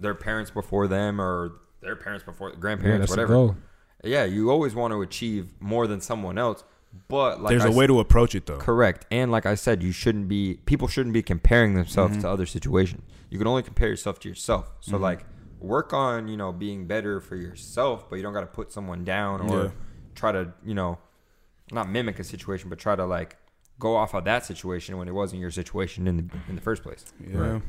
their parents before them or their parents before yeah, grandparents, that's the whatever. goal. Yeah, you always want to achieve more than someone else, but like there's I a way s- to approach it though. correct. And like I said, you shouldn't be people shouldn't be comparing themselves Mm-hmm. to other situations. You can only compare yourself to yourself. So like work on you know being better for yourself, but you don't got to put someone down or Yeah. try to you know not mimic a situation, but try to like go off of that situation when it wasn't your situation in the in the first place. yeah. Right.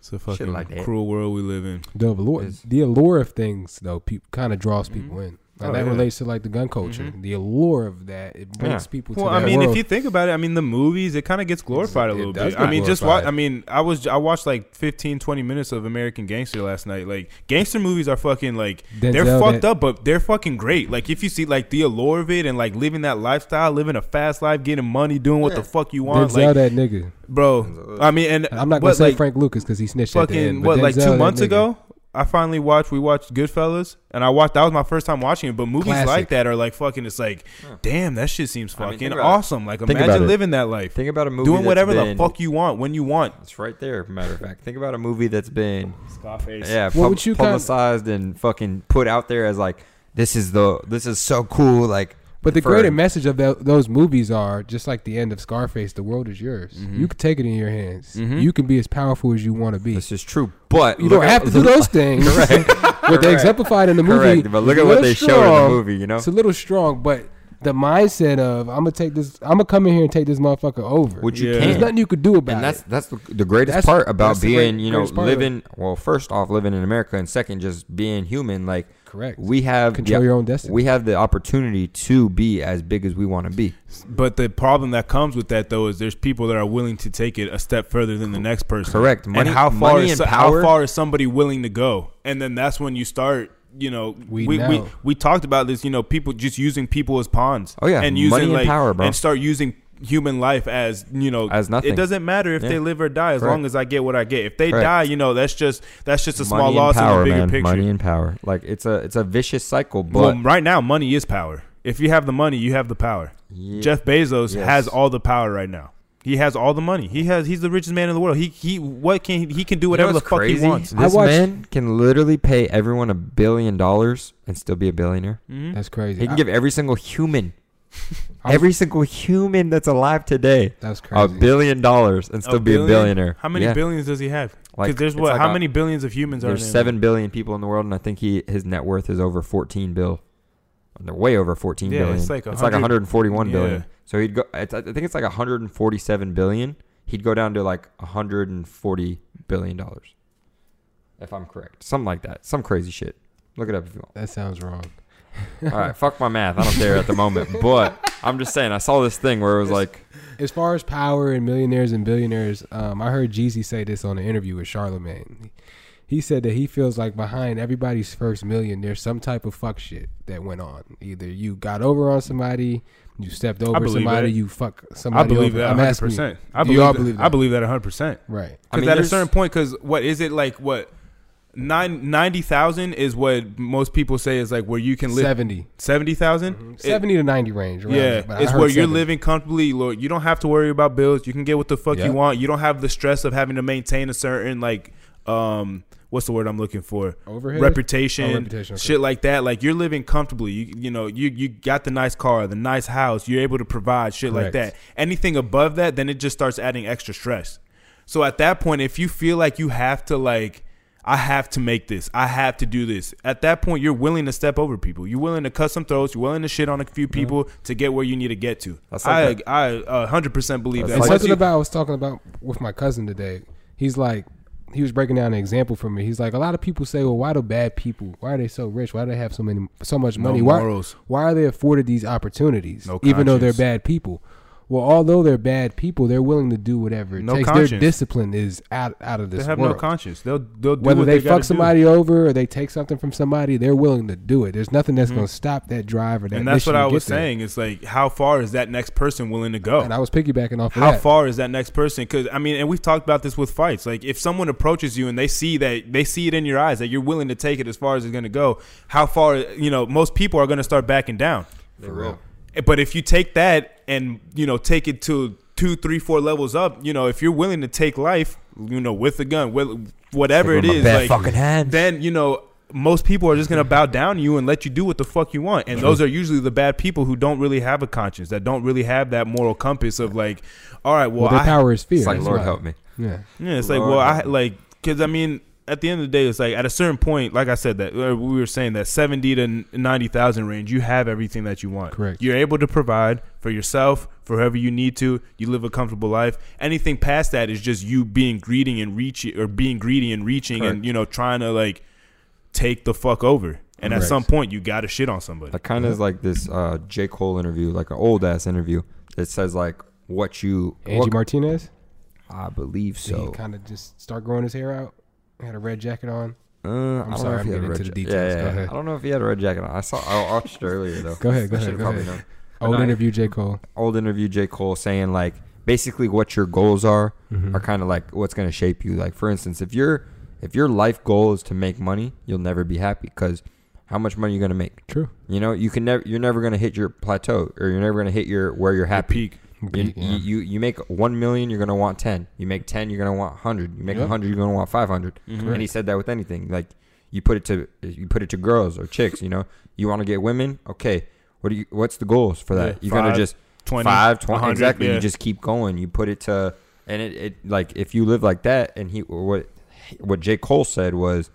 It's a fucking like that. cruel world we live in. The allure, Is- the allure of things though, pe- kind of draws people in. Now Oh, that yeah. Mm-hmm. relates to like the gun culture. The allure of that it brings Yeah. people to Well, that I mean, world. if you think about it, I mean, the movies, it kind of gets glorified a It little does bit. get I mean, just watch. glorified. I mean, I was I watched like 15, 20 minutes of American Gangster last night. Like, gangster movies are fucking like they're Denzel, fucked that- up, but they're fucking great. Like, if you see like the allure of it and like living that lifestyle, living a fast life, getting money, doing what Yeah. the fuck you want, Denzel, like, that nigga. bro. I mean, and I'm not gonna but, say like, Frank Lucas because he snitched at the fucking end. but what like Denzel, two that months nigga. ago i finally watched we watched goodfellas and i watched that was my first time watching it but movies Classic. like that are like fucking it's like Huh. damn that shit seems I mean, fucking think about it. awesome like Think about imagine it. living that life Think about a movie doing that's whatever the been- fuck you want when you want That's right there. Matter of fact, think about a movie that's been Scarface. yeah What pub- would you kind- publicized and fucking put out there as like this is the this is so cool like. But the for- greater message of tho- those movies are just like the end of Scarface. The world is yours. Mm-hmm. You can take it in your hands. Mhm. You can be as powerful as you want to be. This is Mm-hmm. true, but You don't look at- have (laughs) to do those things. (laughs) Correct. What they Correct. exemplified in the movie. Correct, but look is a at what little they showed in the strong. movie, you know? It's a little strong, but the mindset of I'm gonna take this. I'm gonna come in here and take this motherfucker over. Which you Yeah. There's can. nothing you could do about and that's it. that's the, the greatest That's- part about that's the being, great- you know, greatest part of it. living. Well, first off, living in America, and second, just being human. Like Correct. we have Control yeah, your own destiny. We have the opportunity to be as big as we want to be. but the problem that comes with that though is there's people that are willing to take it a step further than the next person Correct. Money- and how far money is and so- power- how far is somebody willing to go and then that's when you start you know We we we, we, know. talked about this you know people just using people as pawns Oh, yeah. and Money using and like power, bro. and start using human life as you know As nothing. it doesn't matter if Yeah. they live or die as Correct. long as i get what i get if they Correct. die you know that's just that's just a small money loss and in power, the bigger man. picture Money and power. Like it's a it's a vicious cycle. But well right now money is power if you have the money you have the power Ye- Jeff Bezos Yes. has all the power right now. He has all the money. He has. He's the richest man in the world. He he. What can he, he can do? Whatever You know the what's fuck crazy? he wants. I This watched- man can literally pay everyone a billion dollars and still be a billionaire. Mhm. that's crazy. Hmm? He can I- give every single human, I was- every single human that's alive today, that's a crazy. billion dollars and still be billion? a billionaire. How many Yeah. billions does he have? Because Like, there's it's what? like how a- many billions of humans are There's there? seven billion people in the world, and I think he his net worth is over 14 bill. They're way over 14 Yeah, billion. it's like it's like 100 141 billion. Yeah. So he'd go. It's, I think it's like 147 billion. He'd go down to like 140 billion dollars, if I'm correct. Something like that. Some crazy shit. Look it up if you want. That sounds wrong. (laughs) All right, fuck my math. I don't care at the moment, but I'm just saying. I saw this thing where it was like, As far as power and millionaires and billionaires, um, I heard Jeezy say this on an interview with Charlemagne. He said that he feels like behind everybody's first million, there's some type of fuck shit that went on. Either you got over on somebody, you stepped over believe somebody, that. you fuck I somebody. believe over. that I'm 100. asking you. percent I Do you all believe. believe that- I that? believe that 100. percent Right. I mean, Because at a there's- certain point, because what is it like? What nine ninety thousand is what most people say is like where you can live. Seventy. Seventy thousand. Seventy to ninety range. around Yeah, there, but I it's heard where you're 70. living comfortably. Lord, you don't have to worry about bills. You can get what the fuck Yeah. you want. You don't have the stress of having to maintain a certain like, um, what's the word I'm looking for? Overhead? reputation, Oh, reputation, okay. shit like that. Like you're living comfortably. You you know you you got the nice car, the nice house. You're able to provide shit like that. Correct. Anything above that, then it just starts adding extra stress. So at that point, if you feel like you have to like. I have to make this. I have to do this. At that point, you're willing to step over people. You're willing to cut some throats. You're willing to shit on a few people to get where you need to get to. That's I like I a hundred percent believe That's that. It's like- Once something you- about I was talking about with my cousin today. He's like, he was breaking down an example for me. He's like, a lot of people say, well, why do bad people? Why are they so rich? Why do they have so many, so much No money? Why, morals. why are they afforded these opportunities? No even though they're conscience. bad people. Well, although they're bad people, they're willing to do whatever it No takes. Their conscience. discipline is out out of they this have world. no conscience. They'll they'll do Whether what they, gotta fuck do. somebody over or they take something from somebody, they're willing to do it. There's nothing that's going to stop that drive or that. Mm-hmm. and that's mission what I to get was there. saying. It's like how far is that next person willing to go? And I was piggybacking off of how that. far is that next person? Because I mean, and we've talked about this with fights. Like if someone approaches you and they see that they see it in your eyes that you're willing to take it as far as it's going to go, how far? You know, most people are going to start backing down. For real. Eh, But if you take that and you know take it to two, three, four levels up, you know, if you're willing to take life, you know, with a gun, with whatever it Take it is, with my bare like fucking hands. then you know. Most people are just gonna bow down to you and let you do what the fuck you want, and those are usually the bad people who don't really have a conscience, that don't really have that moral compass of like, all right, well, well, their I, power is fear. It's like, that's Lord why. help me. Yeah. yeah, it's like, Lord well, I have like, because I mean, at the end of the day, it's like at a certain point, like I said, that uh, we were saying that 70 to 90,000 range, you have everything that you want. Correct. You're able to provide for yourself, for whoever you need to. You live a comfortable life. Anything past that is just you being greedy and reaching, or being greedy and reaching and, Correct. you know, trying to like take the fuck over. And at Correct. some point, you got to shit on somebody. That kind of is like this uh, J. Cole interview, like an old ass interview that says like what you. Angie what- Martinez. I believe Did he so. kind of just start growing his hair out? Had a red jacket on. Uh, I'm sorry, I'm getting into the details. Go ahead. I don't know if he had a red jacket on. I saw. I watched it earlier though. (laughs) Go ahead, go I ahead, should go probably ahead. known. But Old no, interview, J. Cole. old interview J. Cole saying like basically what your goals are Mm-hmm. are kind of like what's going to shape you. Like for instance, if your if your life goal is to make money, you'll never be happy because how much money are you going to make? True. You know, you can never you're never going to hit your plateau or you're never going to hit your where you're happy. peak. You, Peak, yeah. you you make 1 million, you're going to want 10. You make 10, you're going to want 100. You make a Yep. 100, you're going to want 500. And he Correct. said that with anything. Like you put it to you put it to girls or chicks, you know. You want to get women? Okay. What do you what's the goals for that? Yeah, you're going five, to just 20, five, twenty, 100, exactly. yeah. You just keep going. You put it to, and it, it like if you live like that, and he or what what J Cole said was,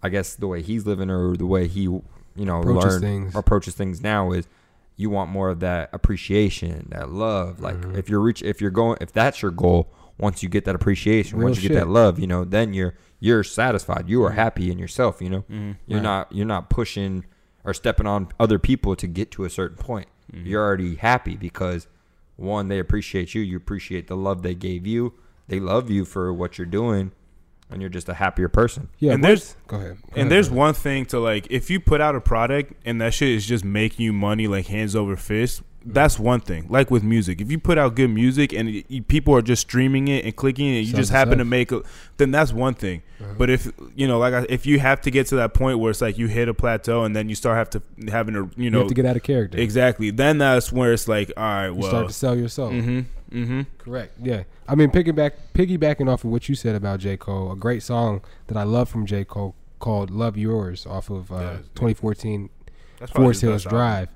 I guess the way he's living or the way he you know Approaches learned things. approaches things now is you want more of that appreciation, that love. Like Mm-hmm. if you're reach, if you're going, if that's your goal, once you get that appreciation, Real once you get shit. Mm-hmm. that love, you know, then you're you're satisfied. You are happy in yourself. You know, you're Right. not you're not pushing or stepping on other people to get to a certain point. Mm-hmm. You're already happy because one, they appreciate you. You appreciate the love they gave you. They love you for what you're doing, and you're just a happier person. Yeah. And what- there's- Go ahead. Go ahead, And there's brother. one thing to like if you put out a product and that shit is just making you money like hands over fist, that's one thing. Like with music, if you put out good music and y- y- people are just streaming it and clicking it, and you Sells just happen to itself. make a, then that's one thing. Uh-huh. But if you know, like I, if you have to get to that point where it's like you hit a plateau and then you start have to having to you you know have to get out of character. exactly, then that's where it's like all right, You well, start to sell yourself. mm-hmm, mm-hmm. Correct. Yeah. I mean, piggyback, piggybacking off of what you said about J. Cole, a great song that I love from J. Cole called "Love Yours" off of uh, Yeah. 2014 That's probably Forest his Hills best album. Drive.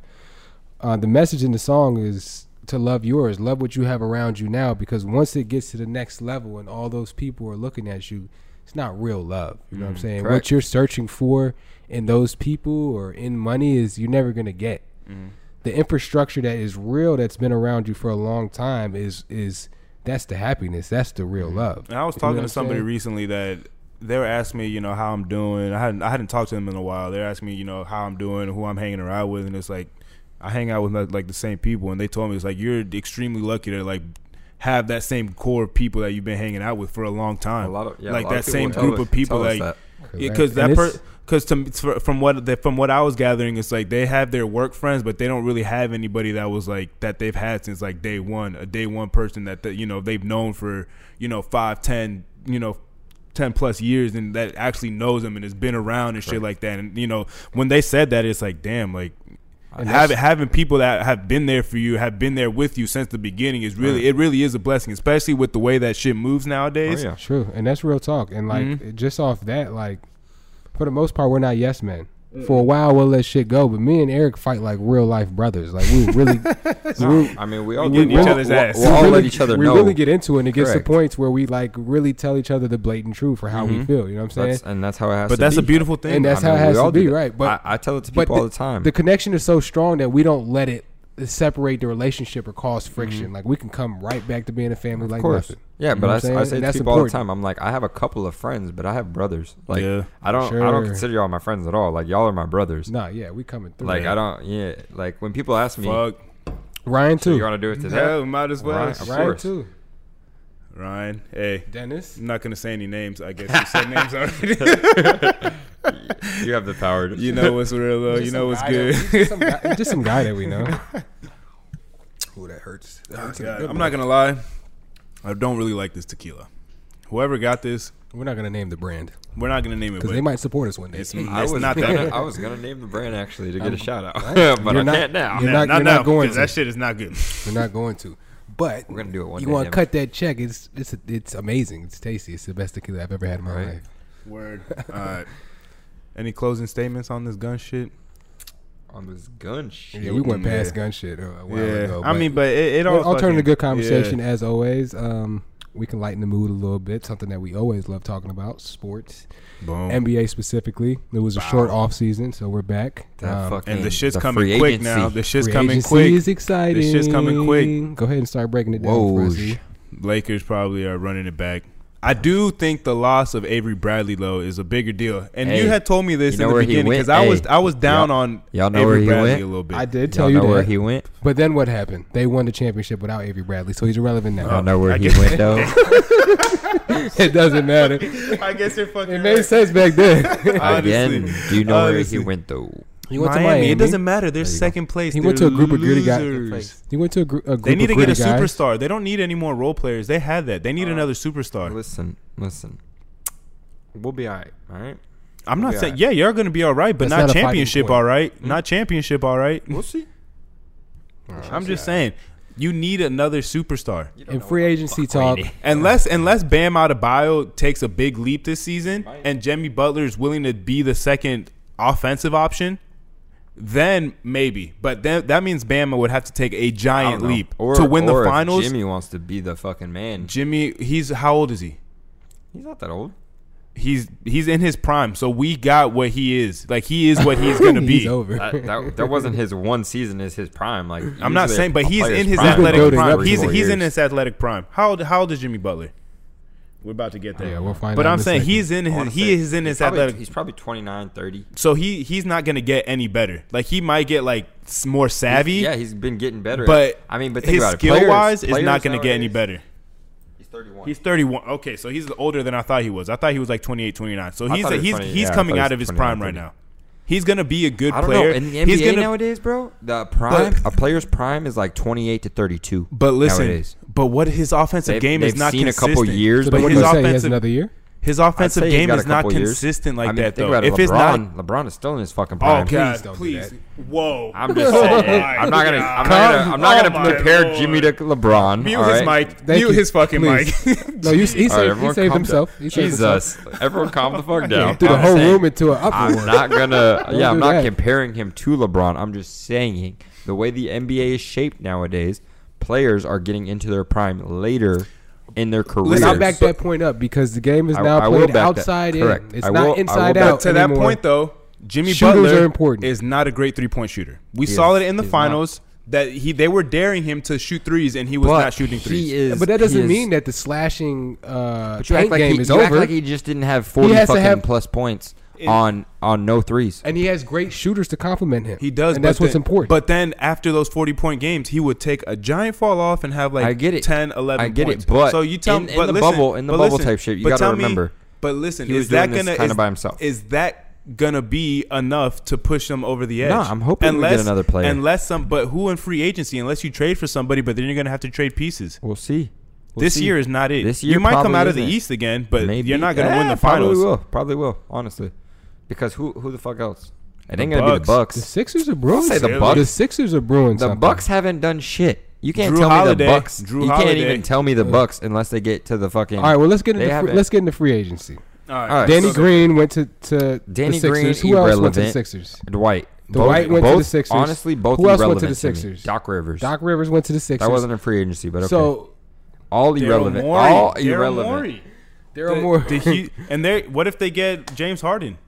Uh, the message in the song is to love yours, love what you have around you now, because once it gets to the next level and all those people are looking at you, it's not real love. You Mm, know what I'm saying? What correct. you're searching for in those people or in money is you're never gonna get. Mm. The infrastructure that is real, that's been around you for a long time, is is that's the happiness. That's the real Mm-hmm. love. And I was You know talking what I'm to somebody saying? recently that they were asking me, you know, how I'm doing. I hadn't I hadn't talked to them in a while. They're asking me, you know, how I'm doing, who I'm hanging around with, and it's like I hang out with like, like the same people, and they told me it's like you're extremely lucky to like have that same core of people that you've been hanging out with for a long time. A lot of- yeah, a like lot of that people same tell group us- of people, tell us like that. because Correct. that And per it's- because to me- fr- from what the, from what I was gathering, it's like they have their work friends, but they don't really have anybody that was like that they've had since like day one, a day one person that, that you know they've known for you know five, ten, you know. 10 plus years and that actually knows them and has been around and shit like that and you know when they said that it's like damn like And having that's- having people that have been there for you have been there with you since the beginning is really it really is a blessing especially with the way that shit moves nowadays yeah. True, and that's real talk. And like just off that, like for the most part, we're not yes men. For a while, we'll let shit go. But me and Eric fight like real life brothers. Like we really, we, I mean, we all We get in we'll- each other's we'll- ass. We'll all really, let each other we know. really get into it, and it gets Correct. to points where we like really tell each other the blatant truth for how we Mhm. feel. You know what I'm saying? that's, and that's how it has to But that's be. a beautiful thing. and that's I mean, how it we has all to do be, that. right? But I, I tell it to but people all the time. the connection is so strong that we don't let it separate the relationship or cause friction. Like we can come right back to being a family like nothing. Yeah, know what but I'm I, I saying? say And to that's people all the important. time, I'm like, I have a couple of friends, but I have brothers. Like, Yeah. I don't, I don't Sure. consider y'all my friends at all. Like, y'all are my brothers. Nah, yeah, we coming through. Like, I don't, yeah. Like when people ask me, Fuck. Ryan so too. you want to do it today? Hell, might as well. Right. of Ryan course. too. Ryan, hey. Dennis. I'm not gonna say any names. I guess you (laughs) said names already. You have the power. (laughs) To, you know what's real though. You Just know some what's guy that- good. just, (laughs) some guy, just some guy that we know. (laughs) Ooh, that hurts. God, I'm not gonna lie. I don't really like this tequila. Whoever got this, We're not gonna name the brand we're not gonna name it. because But they might support us one day. it's, (laughs) I it's was not that. gonna, I was gonna name the brand actually to get a shout out, (laughs) but You're I not- can't now. you're Nah, not- not going 'cause to. That shit is (laughs) not good. We're not going to. But We're gonna do it one you day, want damn to it. cut that check? It's it's it's amazing. It's tasty. It's the best tequila I've ever had in my Right. life. (laughs) Word. All right. Any closing statements on this gun shit? On this gun shit. Yeah, we went Yeah. past gun shit a while ago. I but- mean, but it, it all. Well, I'll turn fucking- to good conversation Yeah. as always. Um, we can lighten the mood a little bit. Something that we always love talking about: sports, Oh. Boom. NBA specifically. It was a short off season, so we're back. Um, That fucking and the shit's the coming free quick agency. now. The shit's free coming agency quick. Is exciting. shit's coming quick. Go ahead and start breaking it down. for Whoa, us, sh- E. Lakers probably are running it back. I do think the loss of Avery Bradley though is a bigger deal, and Hey, you had told me this you know in the where he beginning went? because I was Hey, I was down y'all- on y'all know Avery where he Bradley went? a little bit. I did Y'all tell you know where that. he went. but then what happened? They won the championship without Avery Bradley, so he's irrelevant Y'all now. know where I he guess- (laughs) went though. (laughs) it doesn't matter. I guess you're fucking. It made sense back (laughs) then. Again, do you know Honestly. where he went though? Miami, he went to Miami. It doesn't matter. They're There you go. second place. He went to They're a group of gritty losers. guys. He went to a, gr- a group They need to of get a gritty guys. superstar. They don't need any more role players. They had that. They need Uh, another superstar. Listen, listen. We'll be all right. All right. I'm not yeah. saying yeah, you're gonna be all right, but That's not, not a fighting championship point. Mm. all right. Not championship all right. We'll see. I'm just saying, you need another superstar. In free agency talk, Unless unless Bam Adebayo takes a big leap this season and Jimmy Butler is willing to be the second offensive option, then maybe. But then that means Bama would have to take a giant leap to win the or if finals. Jimmy, Jimmy wants to be the fucking man. he's how old is he? He's not (laughs) that old. He's he's in his prime, so we got what he is. Like he is what he's (laughs) gonna he's be. over. That, that, that wasn't his one season. Is his prime? Like I'm not usually saying, but a he's player's in his prime is athletic He's like been prime. goaded three, He's four he's in years. his athletic prime. How old how old is Jimmy Butler? We're about to get there. Yeah, we'll find but out I'm in a saying second. he's in I wanna his he say is in he's his probably- athletic. He's probably 29, 30. So he he's not gonna get any better. Like he might get like s- more savvy. Yeah, he's been getting better. at- but I mean, but think his about it. skill Players- wise is players not gonna get any nowadays- better. He's 31. He's 31. Okay, so he's older than I thought he was. I thought he was like 28, 29. So I he's thought he was he's 20, he's yeah, I coming thought he out was of his 29, prime right 30. now. He's gonna be a good I don't player. know. In the he's NBA gonna, nowadays, bro, the prime a player's prime is like 28 to 32. but listen, nowadays. but what his offensive They've- game is they've not seen a couple consistent. years, So but but then what do his you say? He has offensive another year. his I'd offensive say he's game got a is not couple years. consistent like I mean, that think though. About it, if LeBron, it's not, LeBron is still in his oh fucking prime. Oh god, don't do please, that. whoa! (laughs) I'm (laughs) just saying. (laughs) I'm not gonna. I'm not gonna. I'm not Oh gonna my compare Lord. Jimmy to LeBron. Mute all his right? mic. Thank Mute you. his fucking Please. mic. (laughs) No, he, he All right, saved, he everyone saved calm himself. He down. saved himself. Jesus, everyone, calm the (laughs) fuck He down. threw the I'm whole saying, room into an uproar. I'm (laughs) not gonna. do Yeah, I'm not that. comparing him to LeBron. I'm just saying the way the NBA is shaped nowadays, players are getting into their prime later in their careers. But I'll back that point up because the game is I- now I will back played that. outside Correct. in. It's I will- I not will (laughs) inside back- But out. to that anymore. point, though, Jimmy Shooters Butler are important. is not a great three point shooter. We He saw is- it in the he's not. finals that he they were daring him to shoot threes, and he was But not shooting He threes. is, but that he doesn't is- mean that the slashing uh, But you act paint like game he, is you act over. like he just didn't have 40 has to fucking have- plus points on on no threes. and he has great shooters to complement him. He does, and that's but what's then- important. But then after those forty point games, he would take a giant fall off and have like I get it. 10, 11 I get it, points. but so you tell in- me, in but the listen, bubble- in the but bubble listen, type shit, you but gotta tell me- remember, But listen, he is was that doing this gonna kinda is- by himself. Is that gonna be enough to push him over the edge? No, I'm hoping we get unless, another player. Unless some, but who in free agency? Unless you trade for somebody, but then you're gonna have to trade pieces. We'll see. We'll this see. year is not it. This year you might come probably out of the isn't. East again, but Maybe. you're not going to win Yeah, the finals. Probably will. Probably will. Honestly, because who who the fuck else? It ain't The gonna be the the Bucks. Sixers are brewing. say the something. Bucks. The Sixers are brewing. The something. Bucks haven't done shit. You can't Drew tell Holiday- me the Bucks. Drew you Holiday. can't even tell me the Bucks unless they get to the fucking. All right. Well, let's get They into free, haven't- let's get into free agency. All All right. Danny so- Green went to, to Danny the Sixers. Green, Who else went to the irrelevant. Sixers? Dwight. Dwight went to the Sixers. Honestly, both Who else went to irrelevant the me. Sixers? Doc Rivers. Doc Rivers went to the Sixers. that wasn't a free agency, but okay. So all Daryl irrelevant. Morey. All Daryl irrelevant. Morey. there are more. The Heat- and they what if they get James Harden?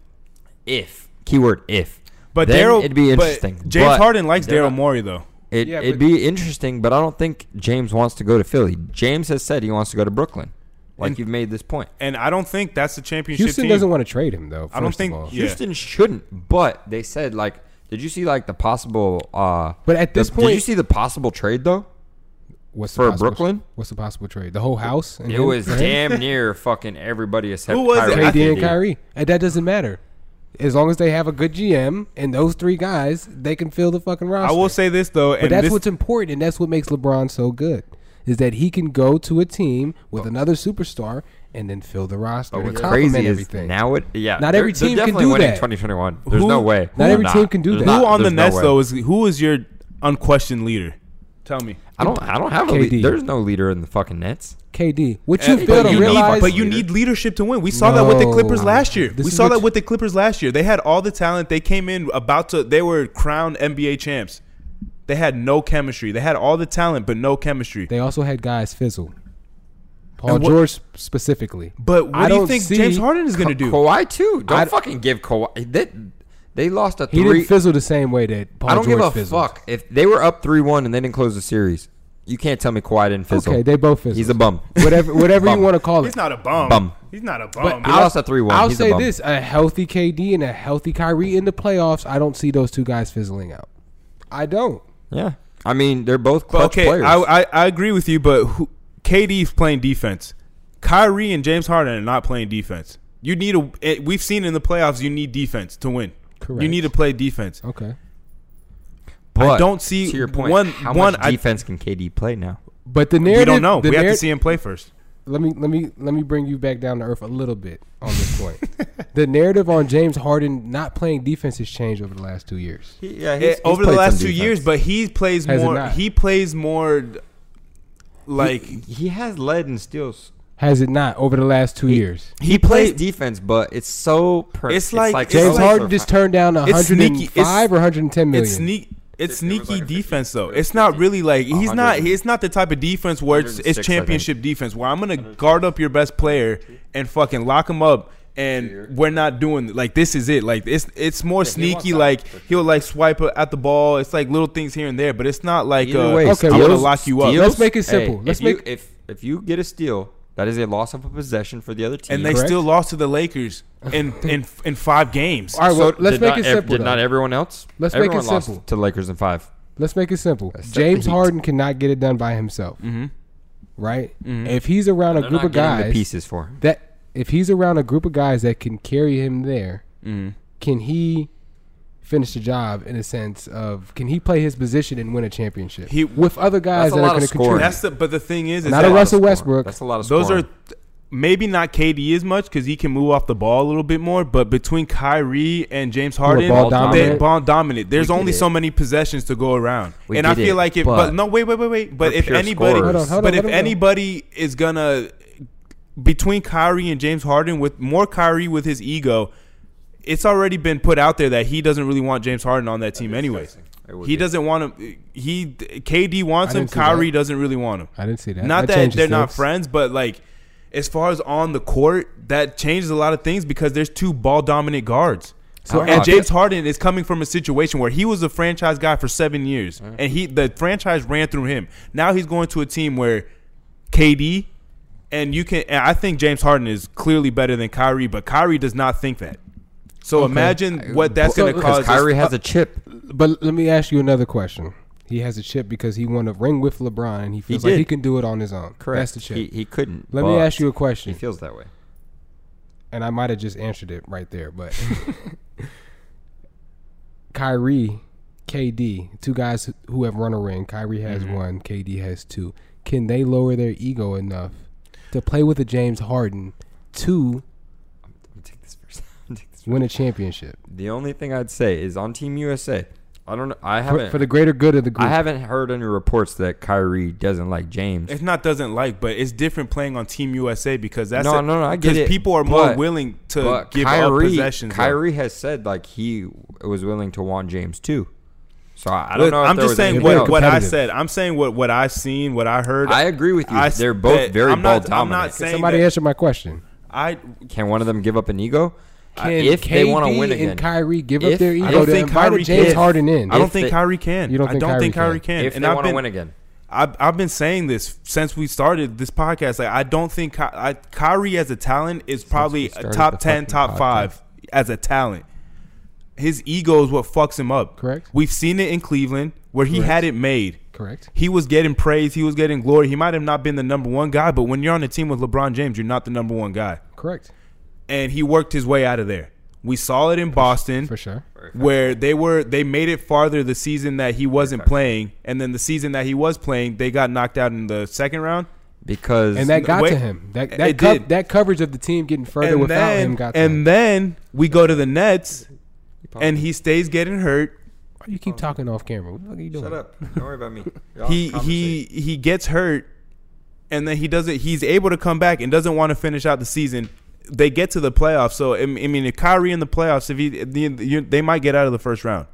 If keyword if. But Then Daryl, it'd be but interesting. James But Harden likes they're Daryl not- Morey though. It, Yeah, it'd but- be interesting, but I don't think James wants to go to Philly. James has said he wants to go to Brooklyn. Like And- you've made this point. And I don't think that's the championship Houston team. doesn't want to trade him though. I don't first of think- all. Yeah. Houston shouldn't, but they said like, did you see like the possible? uh But at the- this did you point- see the possible trade though? What's For the possible, Brooklyn? What's the possible trade? The whole house. and It him was for him? damn near fucking everybody except Who was it? Kyrie. I KD think- and Kyrie, and that doesn't matter. As long as they have a good GM and those three guys, they can fill the fucking I roster. will say this though, but and that's this, what's important, and that's what makes LeBron so good, is that he can go to a team with another superstar and then fill the roster. But and what's complement crazy is everything. now it yeah. Not they're- every they're team can definitely do winning that. 2021. There's Who- no way. Not Who every not? team can do There's that. not- Who who on the there's no Nets way. though is who is your unquestioned leader? Tell me. I don't. I don't have a. lead. KD. There's no leader in the fucking Nets. KD, what Yeah, you fail Eh, but to you realize, need, but you need leadership to win. We saw that with the No. Clippers last year. This we is saw what that you- with the Clippers last year. They had all the talent. They came in about to. They were crowned NBA champs. They had no chemistry. They had all the talent, but no chemistry. they also had guys fizzle. Paul And what- George specifically. but what I do you don't think see- James Harden is going to do? Kawhi too. Don't I- fucking give Kawhi. They, they lost a He three. didn't fizzle the same way that Paul I don't George give a fizzled. fuck if they were up three one and they didn't close the series. You can't tell me Kawhi didn't fizzle. Okay, they both fizzled. He's a bum. Whatever, (laughs) whatever you Bum. want to call it. He's not a bum. Bum. He's not a But bum. I- lost at 3-1. I'll He's a say bum. this: a healthy KD and a healthy Kyrie in the playoffs. I don't see those two guys fizzling out. I don't. yeah. I mean, they're both But clutch okay, players. I, I I agree with you, but who, KD's playing defense. Kyrie and James Harden are not playing defense. You need a. It, we've seen in the playoffs, you need defense to win. You Correct. need to play defense. Okay, but I don't see to your point. one- how one- much I- defense can KD play now? but the narrative. We don't know. the We have to narr- see him play first. Let me let me let me bring you back down to earth a little bit on this (laughs) point. the narrative on James Harden not playing defense has changed over the last two years. yeah, Eh, over the last two years, but he plays Has it more. not? He plays more like he, he has led in steals. Has it not over the last two years? He, plays defense, but it's so per- It's like- it's James like- Harden just turned down It's 105 sneaky. It's- or 110 million. it's sneak. It's It- it was sneaky like a 50, defense though. it was It's not 50, really like he's not. 100. It's not the type of defense where it's, 106, it's I think. championship defense where I'm gonna guard up your best player and fucking lock him up. And we're not doing like this is it. Like it's it's more sneaky. Like he'll like swipe at the ball. It's like little things here and there, but it's not like Either uh, way, Okay, I'm gonna steals- lock you up. Steals? Let's make it simple. Let's if make- you, if if you get a steal, that is a loss of a possession for the other team. And they Correct. still lost to the Lakers in in in five games. All right, well, let's make did not it ev- simple. did not though. everyone else? Let's make it everyone lost simple. to Lakers in five. Let's make it simple. Except the James Heat. Harden cannot get it done by himself, Mhm. right? If he's around a Mm-hmm. They're group not of getting the guys pieces for him. that if he's around a group of guys that can carry him there, Mm-hmm. can he finish the job in a sense of can he play his position and win a championship He- with other guys That's a that lot are of going to scoring. contribute? That's the but the thing is, is Not that a lot of Russell scoring. Westbrook. That's a lot of those scoring. are th- maybe not KD as much because he can move off the ball a little bit more. But between Kyrie and James Harden, ball they dominant. ball dominant. There's We get only it. so many possessions to go around, We and I get feel it, like if but but, no wait wait wait wait but we're if pure anybody scorers. Hold on, hold but on, if let him go. anybody is gonna between Kyrie and James Harden with more Kyrie with his ego. It's already been put out there that he doesn't really want James Harden on that team, anyways. It would He be. doesn't want him. He KD wants I him. didn't see that. Kyrie doesn't really want him I didn't see that. not that, changes they're not things. friends, but like as far as on the court, that changes a lot of things because there's two ball dominant guards. So and uh, I- James Harden is coming from a situation where he was a franchise guy for seven years, and he the franchise ran through him. Now he's going to a team where KD and you can. And I think James Harden is clearly better than Kyrie, but Kyrie does not think that. So imagine what that's So- going to because cause. because us- Kyrie has a chip. But let me ask you another question. He has a chip because he won a ring with LeBron, and he feels like did. he can do it on his own. Correct. That's the chip. He, he couldn't. Let me but ask you a He question, feels that way. and I might have just answered it right there, but (laughs) Kyrie, KD, two guys who- who have run a ring. Kyrie has Mm-hmm. one, KD has two. Can they lower their ego enough to play with a James Harden to (laughs) I'm gonna take this first. I'm gonna take this first. win a championship? The only thing I'd say is on Team USA, I don't know. I for, haven't. for the greater good of the group. I haven't heard any reports that Kyrie doesn't like James. It's not doesn't like, but it's different playing on Team USA because that's No, a- no, no, I get it, people are more but- willing to but give up Kyrie, possessions. though. Kyrie has said like he was willing to want James too. So I, I don't Look, know. If I'm there just was saying They're anything what, very else. what I competitive. said. I'm saying what what I've seen, what I heard. I agree with you. I They're both said- very I'm not, ball I'm dominant. not Can saying Somebody that answer my question. I Can one of them give up an ego? Uh, Can if they want to KD win again, and Kyrie give If- up their I ego don't to think invite Kyrie James can. Harden in? I don't If think they- Kyrie can. You don't think I don't Kyrie think Kyrie can. can. if and they I've want to been win again, I've, I've been saying this since we started this podcast. Like I don't think Ky- I, Kyrie as a talent is we probably a started the top ten, fucking top podcast. five as a talent. His ego is what fucks him up. Correct. We've seen it in Cleveland where he Correct. had it made. Correct. He was getting praise. He was getting glory. He might have not been the number one guy, but when you're on a team with LeBron James, you're not the number one guy. Correct. And he worked his way out of there. We saw it in Boston For sure. where they were they made it farther the season that he wasn't playing, and then the season that he was playing, they got knocked out in the second round. because And that got Wait, to him. That that, it co- did. that coverage of the team getting further And without then, him got to him. and then we go to the Nets, probably- and he stays getting hurt. Why do you keep talking off camera? What the fuck are you doing? shut up. (laughs) Don't worry about me. Y'all He compensate. he he gets hurt, and then he doesn't. He's able to come back and doesn't want to finish out the season. They get to the playoffs, so I mean, I mean, if Kyrie in the playoffs, if he, the- you- they might get out of the first round.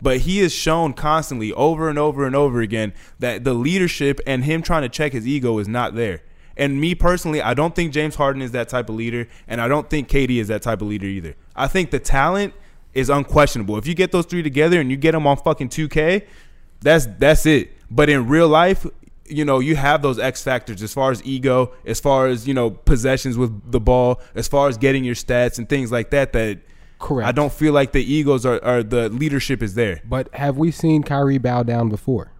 But he is shown constantly, over and over and over again, that the leadership and him trying to check his ego is not there. And me personally, I don't think James Harden is that type of leader, and I don't think KD is that type of leader either. I think the talent is unquestionable. If you get those three together and you get them on fucking 2K, that's that's it. But in real life, you know, you have those X factors as far as ego, as far as, you know, possessions with the ball, as far as getting your stats and things like that that Correct. I don't feel like the egos are, are the leadership is there. But have we seen Kyrie bow down before?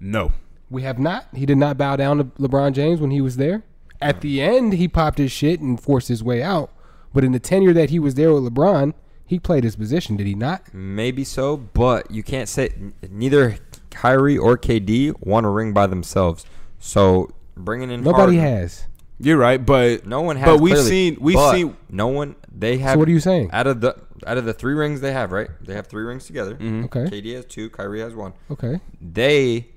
No. We have not. He did not bow down to LeBron James when he was there. At the end, he popped his shit and forced his way out. But in the tenure that he was there with LeBron, he played his position, did he not? Maybe so, but you can't say n- neither Kyrie or KD won a ring by themselves. So bringing in Nobody Harden- has. You're right, but No one has. But we've clearly, seen we've but seen no one. They have. So what are you saying? Out of the out of the three rings they have, right? They have three rings together. Okay. KD has two. Kyrie has one. Okay. They.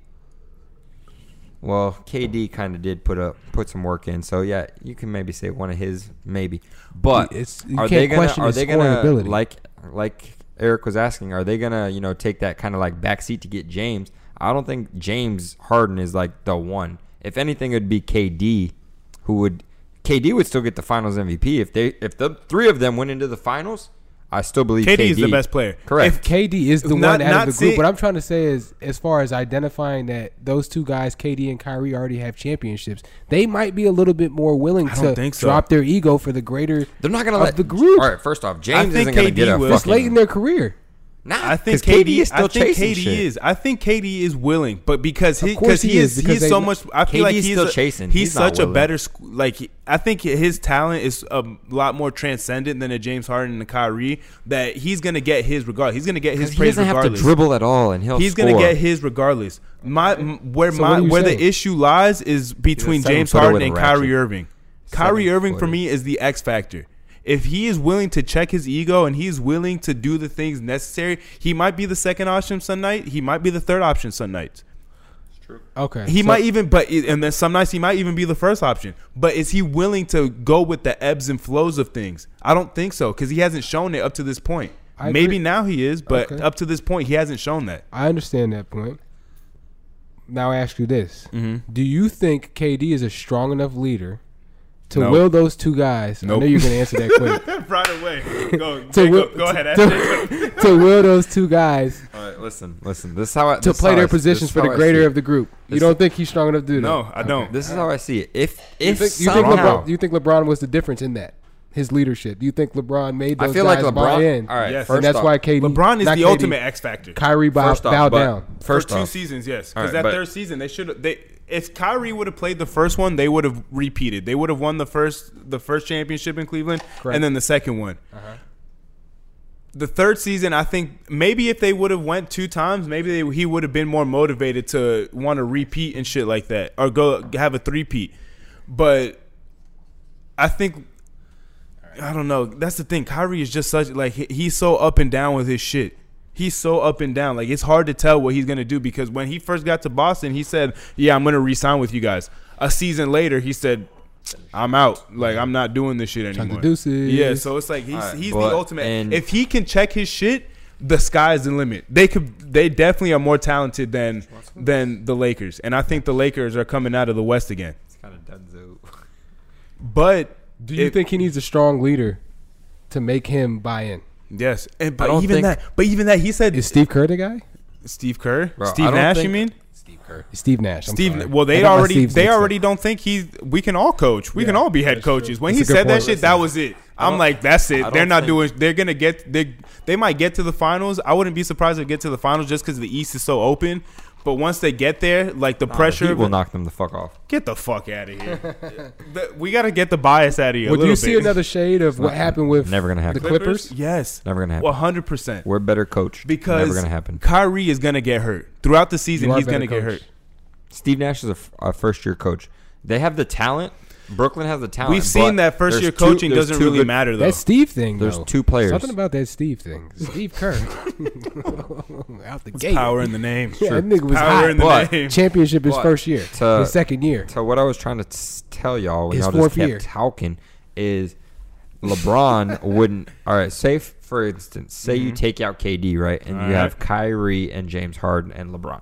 Well, KD kind of did put up put some work in, so yeah, you can maybe say one of his, maybe. But It's- you are can't they gonna question are his they gonna scoring ability. like like Eric was asking? Are they gonna you know take that kind of like backseat to get James? I don't think James Harden is like the one. If anything, it'd be KD, who would KD would still get the Finals MVP if they if the three of them went into the Finals. I still believe KD, KD is the best player. Correct. If- KD is the Not- one out not of the group. see- what I'm trying to say is, as far as identifying that those two guys, KD and Kyrie, already have championships, they might be a little bit more willing I don't to think so. drop their ego for the greater. They're not gonna of let the group. All right, first off, James think isn't gonna KD get a will. It's late in fucking. their career. Nah, I think 'cause KD, KD, is still I think chasing KD shit. is. I think KD is willing, but because he Of course because he, he is, is, because he's they- so much. I feel KD like is he's still a- chasing. He's, He's not such a willing. better sc- like. he- I think his talent is a lot more transcendent than a James Harden and a Kyrie. That he's gonna get his regard. He's gonna get his He praise doesn't have to regardless. dribble at all, and he'll. He's score. gonna get his regardless. My m- where So what my are you where saying? the issue lies is between He's a James seven-footer Harden with a and ratchet. Kyrie Irving. Kyrie Irving for Seven-footer. me is the X factor. If he is willing to check his ego and he's willing to do the things necessary, he might be the second option some night. He might be the third option some nights. Okay. He so- might even, but and then some nights he might even be the first option. But is he willing to go with the ebbs and flows of things? I don't think so because he hasn't shown it up to this point. I Maybe agree. now he is, but Okay. up to this point he hasn't shown that. I understand that point. Now I ask you this: Mm-hmm. Do you think KD is a strong enough leader to No. will those two guys? I Nope. know you're going to answer that (laughs) quick. right away. (laughs) Go, to will, to, (laughs) to will those two guys All right, listen, listen. This is how I, to this is play how I- their this is positions for how the I greater see of the group? You This- don't think he's strong enough to do that? No, I Okay. don't. it. This is how I see it. If You if think, you think somehow, LeBron? You think LeBron was the difference in that? His leadership. Do you think LeBron made I those feel like guys buy LeBron. in? All right, Yes. first and that's off, why KD. LeBron is not the KD, ultimate X factor. Kyrie bow, first off, bow but- down. For First two off, seasons, yes. All Because right, that but- third season, they should they if Kyrie would have played the first one, they would have repeated. They would have won the first the first championship in Cleveland, Correct. and then the second one. Uh-huh. The third season, I think maybe if they would have went two times, maybe they, he would have been more motivated to want to repeat and shit like that, or go have a three-peat. But I think I don't know. That's the thing. Kyrie is just such like he- he's so up and down with his shit. he's so up and down. Like it's hard to tell what he's gonna do because when he first got to Boston, he said, "Yeah, I'm gonna resign with you guys." A season later, he said, "I'm out. Like I'm not doing this shit Chuck the anymore." deuces. Yeah, so it's like he's All right, he's but- the ultimate. and- if he can check his shit, the sky's the limit. They could they definitely are more talented than than the Lakers, and I think the Lakers are coming out of the West again. It's kind of dunzo. But do you it- think he needs a strong leader to make him buy in? yes, and but don't even think- that, but even that he said Is Steve Kerr the guy? Steve Kerr, Bro, I Steve don't Nash. you think- mean Steve Kerr. Steve Nash. I'm Steve? sorry. Well, I they got my already Steves they mixed up. already don't think he's. We can all coach. We can Yeah, all be head that's true. coaches. When That's a he good said that point. shit, that was it. I'm don't- like, that's I it. don't They're not think- doing. They're gonna get. They they might get to the finals. I wouldn't be surprised if they get to the finals just because the East is so open. But once they get there, like the pressure, He will knock them the fuck off. get the fuck out of here. (laughs) The- we gotta get the bias out of you. a Well, do little you see bit. another shade of what not- happened with never gonna happen. the Clippers? Yes, Never gonna happen. 100. percent We're better coached. Because never gonna happen. Kyrie is gonna get hurt throughout the season. You are He's better gonna get coach. hurt. Steve Nash is a, f- a first year coach. They have the talent. Brooklyn has the talent. We've seen Oh, but that first there's year two- coaching there's doesn't two really good- matter though. That Steve thing. There's though. two players. Something about that Steve thing. Steve (laughs) Kerr. (laughs) Out the gate. power in the name. (laughs) Yeah, that nigga was power hot. in the But- name. Championship his But first year. to- his second year. So what I was trying to t- tell y'all when His y'all fourth just kept year. talking is (laughs) LeBron wouldn't. All right, say f- for instance, say Mm-hmm. you take out KD, right, and All you right. have Kyrie and James Harden and LeBron,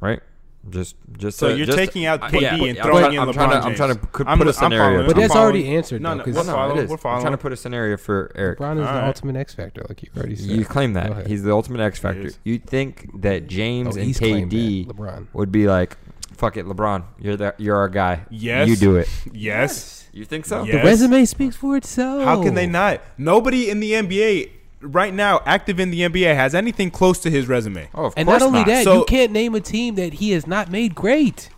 right? Just, just So to- you're just- taking out I- KD yeah, and I'm throwing trying- in I'm LeBron trying to- I'm James. trying to put I'm- put a I'm scenario. following. up. But I'm that's already following. answered, No, though, no, 'cause- we're No, following. it is. We're I'm trying to following. put a scenario for Eric. LeBron is All the right. ultimate X factor, like you already said. You claim Go that ahead. he's the ultimate X factor. is. You think that James Oh, and he's claimed KD that. LeBron. would be like, "Fuck it, LeBron, you're the, you're our guy. Yes. you do it." Yes. You think so? Yeah. Yes. The resume speaks for itself. How can they not? Nobody in the NBA right now, active in the NBA, has anything close to his resume. Oh, of And course not only that, So- you can't name a team that he has not made great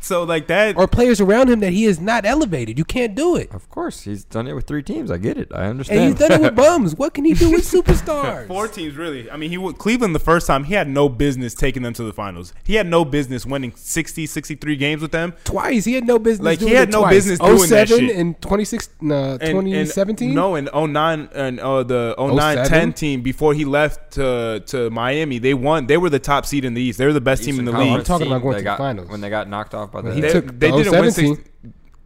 So like that. or players around him that he has not elevated. You can't do it. Of course, he's done it with three teams. I get it. I understand. And he's done it with bums. What can he (laughs) do with superstars? Four teams, really. I mean, he would, Cleveland the first time, he had no business taking them to the finals. He had no business winning 60, 63 games with them. twice. He had no business. Like, doing he had it no twice. business doing that 07 shit. and 26, no, And- and- 2017. no, and 09 and uh, the 09 10 07? team before he left to to Miami, they won. They were the top seed in the East. They were the best team in the Eastern league. I'm talking about Team going they to the got- finals. when they got knocked off by the. he they, took they the didn't win 017. six,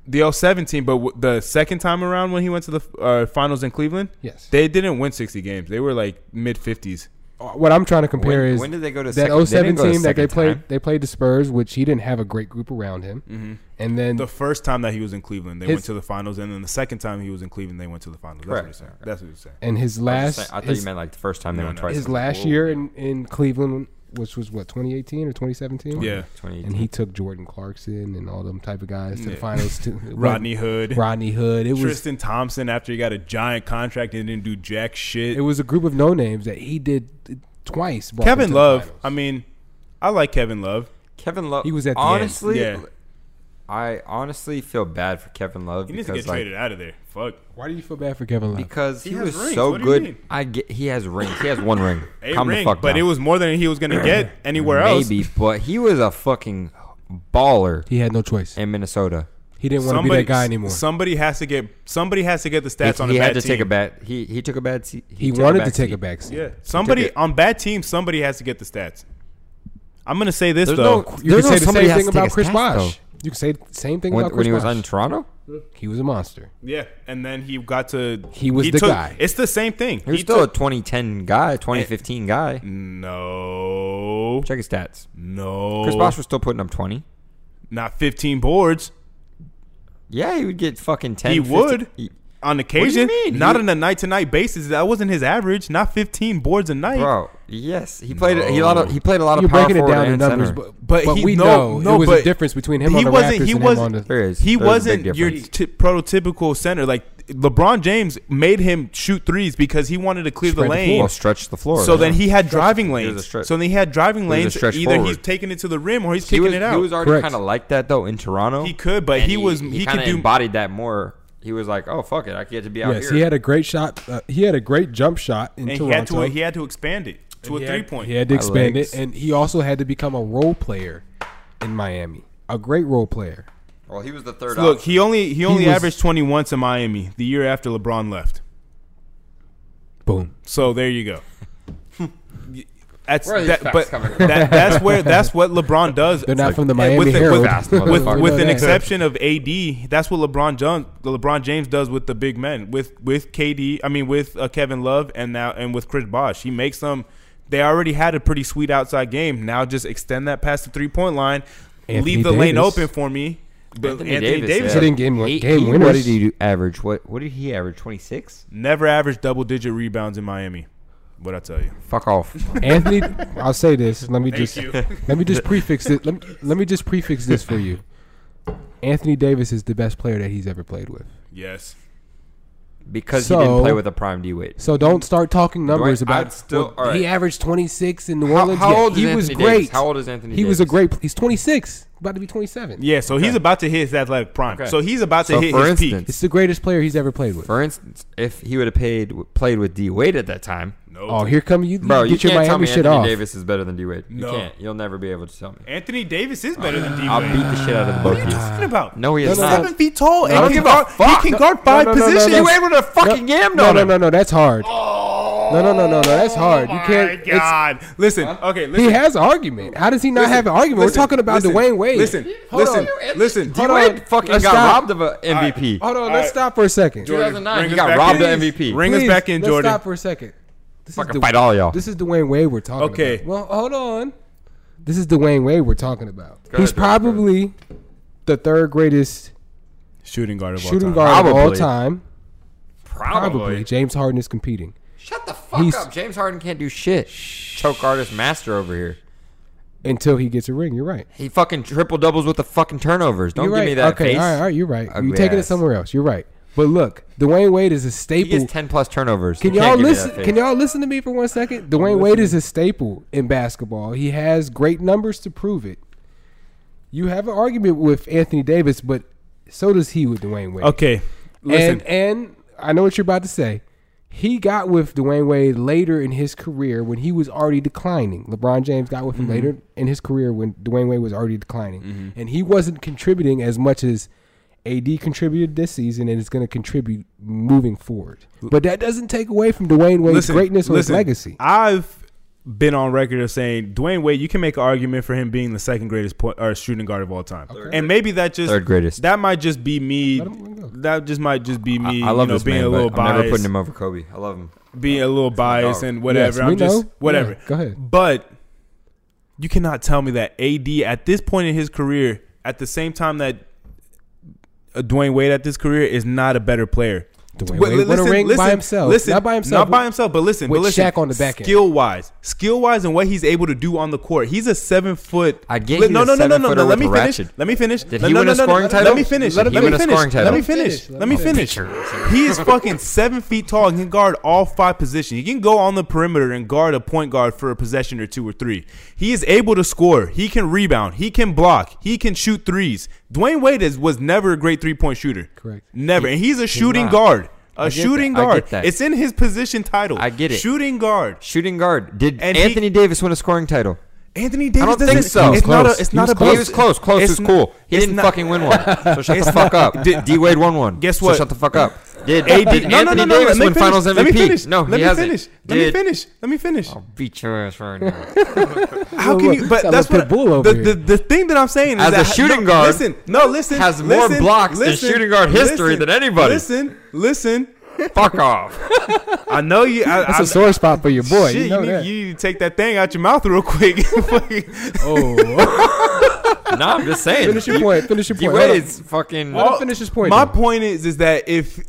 the 017, but w- the second time around when he went to the uh, finals in Cleveland, Yes. Uh, they didn't win 60 games. They were like mid 50s. what I'm trying to compare When- is when did they go to that second- they 07 didn't go to team that they second played? time. They played the Spurs, which he didn't have a great group around him. And then Mm-hmm. The first time that he was in Cleveland, they His- went to the finals, and then the second time he was in Cleveland, they went to the finals. That's Correct. what he's saying. That's what he's saying. and his I, was last just saying- I thought his, you meant like the first time they No, went no. twice. his last year in, in Cleveland, which was what 2018 or 2017. Yeah. 2018. And he took Jordan Clarkson and all them type of guys to the Yeah. finals too. (laughs) Rodney Hood, Rodney Hood. It was Tristan Thompson, after he got a giant contract and didn't do jack shit. it was a group of no names that he did uh, twice. brought them Kevin to the Love. finals. I mean, I like Kevin Love. Kevin Love. He was at the end. honestly. Yeah. I honestly feel bad for Kevin Love He needs because to get like, traded out of there. Fuck. Why do you feel bad for Kevin Love? because He he, has was rings. so What do you mean? good. I get he has rings. He has one ring. (laughs) A Calm ring, the fuck but down. it was more than he was gonna (clears throat) get anywhere else. maybe, but he was a fucking baller He had no choice. in Minnesota. He didn't want to be that guy anymore. Somebody has to get. Somebody has to get the He, stats on. he a bad had to team. take a bad. He he took a bad. se- he took a wanted back to take seat. a back seat. Yeah, somebody it. on bad teams. Somebody has to get the stats. I'm gonna say this There's though. no- You There's can say the somebody same has thing to take about a Chris stats, Bosh. You can say the same thing When, about Chris when he was Bosh. on Toronto, he was a monster. Yeah, and then he got to. He was the took- guy. It's the same thing. he was still a 2010 guy, 2015 guy. no, Check his stats. no. Chris Bosh was still putting up 20. not 15 boards Yeah, he would get fucking 10. He 15 would. He- on you occasion. mean? Not He- on a night to night basis. That wasn't his average. Not 15 boards a night. bro, yes, he played. He a lot of. He played a lot You're of power breaking it forward down in and numbers, center. but, But but, he- we no, know no, it was but a difference between him he on the wasn't- Raptors he and wasn't- him on the. There is. He There's a big wasn't your difference. t- prototypical center. Like LeBron James made him shoot threes because he wanted to clear Spread the the lane. floor. Well, stretch the floor. So yeah. then he had driving lanes. a stretch. So then he had driving was a lanes. Either stretch he's forward. taking it to the rim or he's he kicking was, it out. He was already Correct. kind of like that though in Toronto. He could, but And he was- he kinda could do- embodied that more. He was like, oh fuck it, I get to be out Yes, here. he had a great shot. Uh, he had a great jump shot and in he had Toronto. to he had to expand it to a He had- three point. He had to My expand legs. it, and he also had to become a role player in Miami. A great role player. well, he was the third. Look, option. he only he only was- averaged twenty one to Miami the year after LeBron left. Boom. So there you go. That's Where are these that, facts but (laughs) coming from? that, that's where that's what LeBron does. They're not like- from the And Miami with, the- Herald. Fast with, with, motherfucker. with an Yeah. exception of AD, that's what LeBron John, LeBron James does with the big men, with with KD. I mean, with uh, Kevin Love, and now and with Chris Bosh, he makes them. They already had a pretty sweet outside game. Now just extend that past the three point line, Anthony leave the lane Davis. open for me. But Anthony Anthony, Davis, Davis, yeah. Hitting game win- He- game he- winners. What did he do? Average? What? What did he average? Twenty six? never averaged double digit rebounds in Miami. What I tell you. (laughs) Fuck off. Anthony, I'll say this. Let me just you. let me just prefix it. Let me, let me just prefix this for you. Anthony Davis is the best player that he's ever played with. Yes. Because he didn't So- play with a prime D weight. So don't start talking numbers I'd about. still- well, all right. He averaged 26 in New How, Orleans. how Yeah, old he is was Anthony great. Davis? How old is Anthony? He Davis? was a great. He's 26, about to be 27. Yeah. So he's Okay. about to hit his athletic prime. Okay. So he's about to So hit for his instance- peak. It's the greatest player he's ever played with. For instance, if he would have paid played with D Wade at that time, No. oh, here come you. bro, you get your can't Miami tell me shit Anthony off. Davis is better than D Wade. You No. can't. You'll never be able to tell me. Anthony Davis is better than D I'll beat the shit out of What are you both of talking about? No, he No, is no, not. no. seven feet tall I don't and can give a guard, fuck. he can No, guard no, five no, no, no, positions. no, D Wade would have fucking yammed No, on no, him. no, no. That's hard. No, no, no, no, no. That's hard. Oh you can't. Oh My it's- God. Listen, okay, listen. He has an argument. How does he not listen, have an argument? listen, We're talking about listen, Dwayne Wade. Listen, Hold listen, on. listen. D Hold Wade on. fucking got Let's stop. robbed of a MVP. Hold on. All Let's right. stop for a second. Jordan, 2009, ring he us got back robbed in. of MVP. Ring us Please, back in, let's Jordan. Stop for a second. This Fucking Du- fight all y'all. This is Dwayne Wade we're talking Okay. about. Well, hold on. This is Dwayne Wade we're talking about. Go He's ahead, Jordan, go probably the third greatest Shooting guard of shooting all time. guard of all Probably. time. Probably. James Harden is competing. Shut the fuck He's- up. James Harden can't do shit. Choke artist master over here. Until he gets a ring, you're right. He fucking triple doubles with the fucking turnovers. Don't you're give right. me that okay, face. all right, all right, you're right. Ugly you're taking it ass. somewhere else. You're right. But look, Dwayne Wade is a He staple. gets ten plus turnovers. Can You y'all can't give me listen? that face. Can y'all listen to me for one second? Dwayne Wade is a staple in basketball. He has great numbers to prove it. You have an argument with Anthony Davis, but so does he with Dwayne Wade. Okay. Listen. And and I know what you're about to say. He got with Dwayne Wade later in his career when he was already declining. LeBron James got with him Mm-hmm. later in his career when Dwayne Wade was already declining. And he wasn't contributing as much as AD contributed this season and is going to contribute moving forward. But that doesn't take away from Dwayne Wade's greatness or his legacy. I've been on record of saying Dwayne Wade, you can make an argument for him being the second greatest point or shooting guard of all time, and maybe that just Third greatest. That might just be me. Let him go. That just might just be me. I, I you love know, this being man, a but little I'm biased, never putting him over Kobe. I love him. being a little biased dog. and whatever. Yes, we I'm just know. whatever. Yeah, go ahead. But you cannot tell me that AD at this point in his career, at the same time that uh, Dwayne Wade at this career is not a better player. Dwayne Wait, Wade won a ring by himself. Listen, not by himself. Not by himself, but listen, with but listen. Shaq on the back end. Skill wise, skill wise, and what he's able to do on the court. He's a seven foot. I get Li- he's no, a no, no, no, no, seven-footer no. Let me with a finish. ratchet. Let me finish. Did no, he no, win no, a no, no, scoring let- title? Let me finish. Did Let he me win a finish. scoring title? Let me finish. Let Let him me finish. He is fucking seven feet tall and can guard all five positions. He can go on the perimeter and guard a point guard for a possession or two or three. He is able to score. He can rebound. He can block. He can shoot threes. Dwayne Wade is, was never a great three point shooter. Correct. Never. And he's a shooting not. guard. A get shooting that. I get guard. that. It's in his position title. I get it. Shooting guard. Shooting guard. Did And he- Anthony Davis win a scoring title? Anthony Davis. I don't doesn't- think so. It's He was not a. close. It's He not was a. close. He was close. Close it's was n- cool. He it's didn't not- (laughs) fucking (laughs) win one. So shut the fuck up. Did- D Wade won one. Guess So what? shut the fuck up. (laughs) Did, AD, did Anthony no, no, no, no, Davis let me win finish. Finals MVP? Let me finish. No, Let he me hasn't. Oh, finish. Let Did, me finish. Let me finish. Beat your ass right now. How can you? But Sound that's what like Pitbull over the, here. the the thing that I'm saying is As a that, shooting no, guard, Listen, no, listen. has more listen, blocks in listen, shooting guard history listen, than anybody. Listen, listen. Fuck off. (laughs) I know you. I, That's I, a sore spot for your boy. Shit, you know need- that. you need to take that thing out your mouth real quick. (laughs) oh, No, I'm just saying. finish your point. Finish your D point. Hold on. Wade's fucking. Oh. Let him finish his point. My though. point is, is that if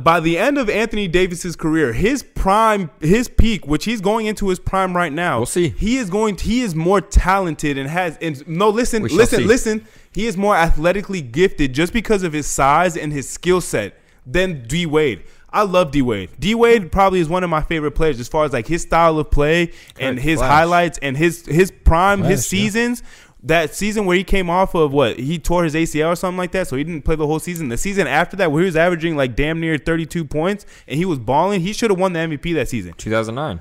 by the end of Anthony Davis's career, his prime, his peak, which he's going into his prime right now, We'll see. He is going. He is more talented and has. And no, listen, We shall listen, see. listen. He is more athletically gifted just because of his size and his skill set than D Wade. I love D Wade. D Wade probably is one of my favorite players as far as like his style of play and his flash. highlights and his his prime, his Flash, yeah. season seasons. That season where he came off of what he tore his ACL or something like that, so he didn't play the whole season. The season after that, where he was averaging like damn near 32 points and he was balling, he should have won the MVP that season. 2009.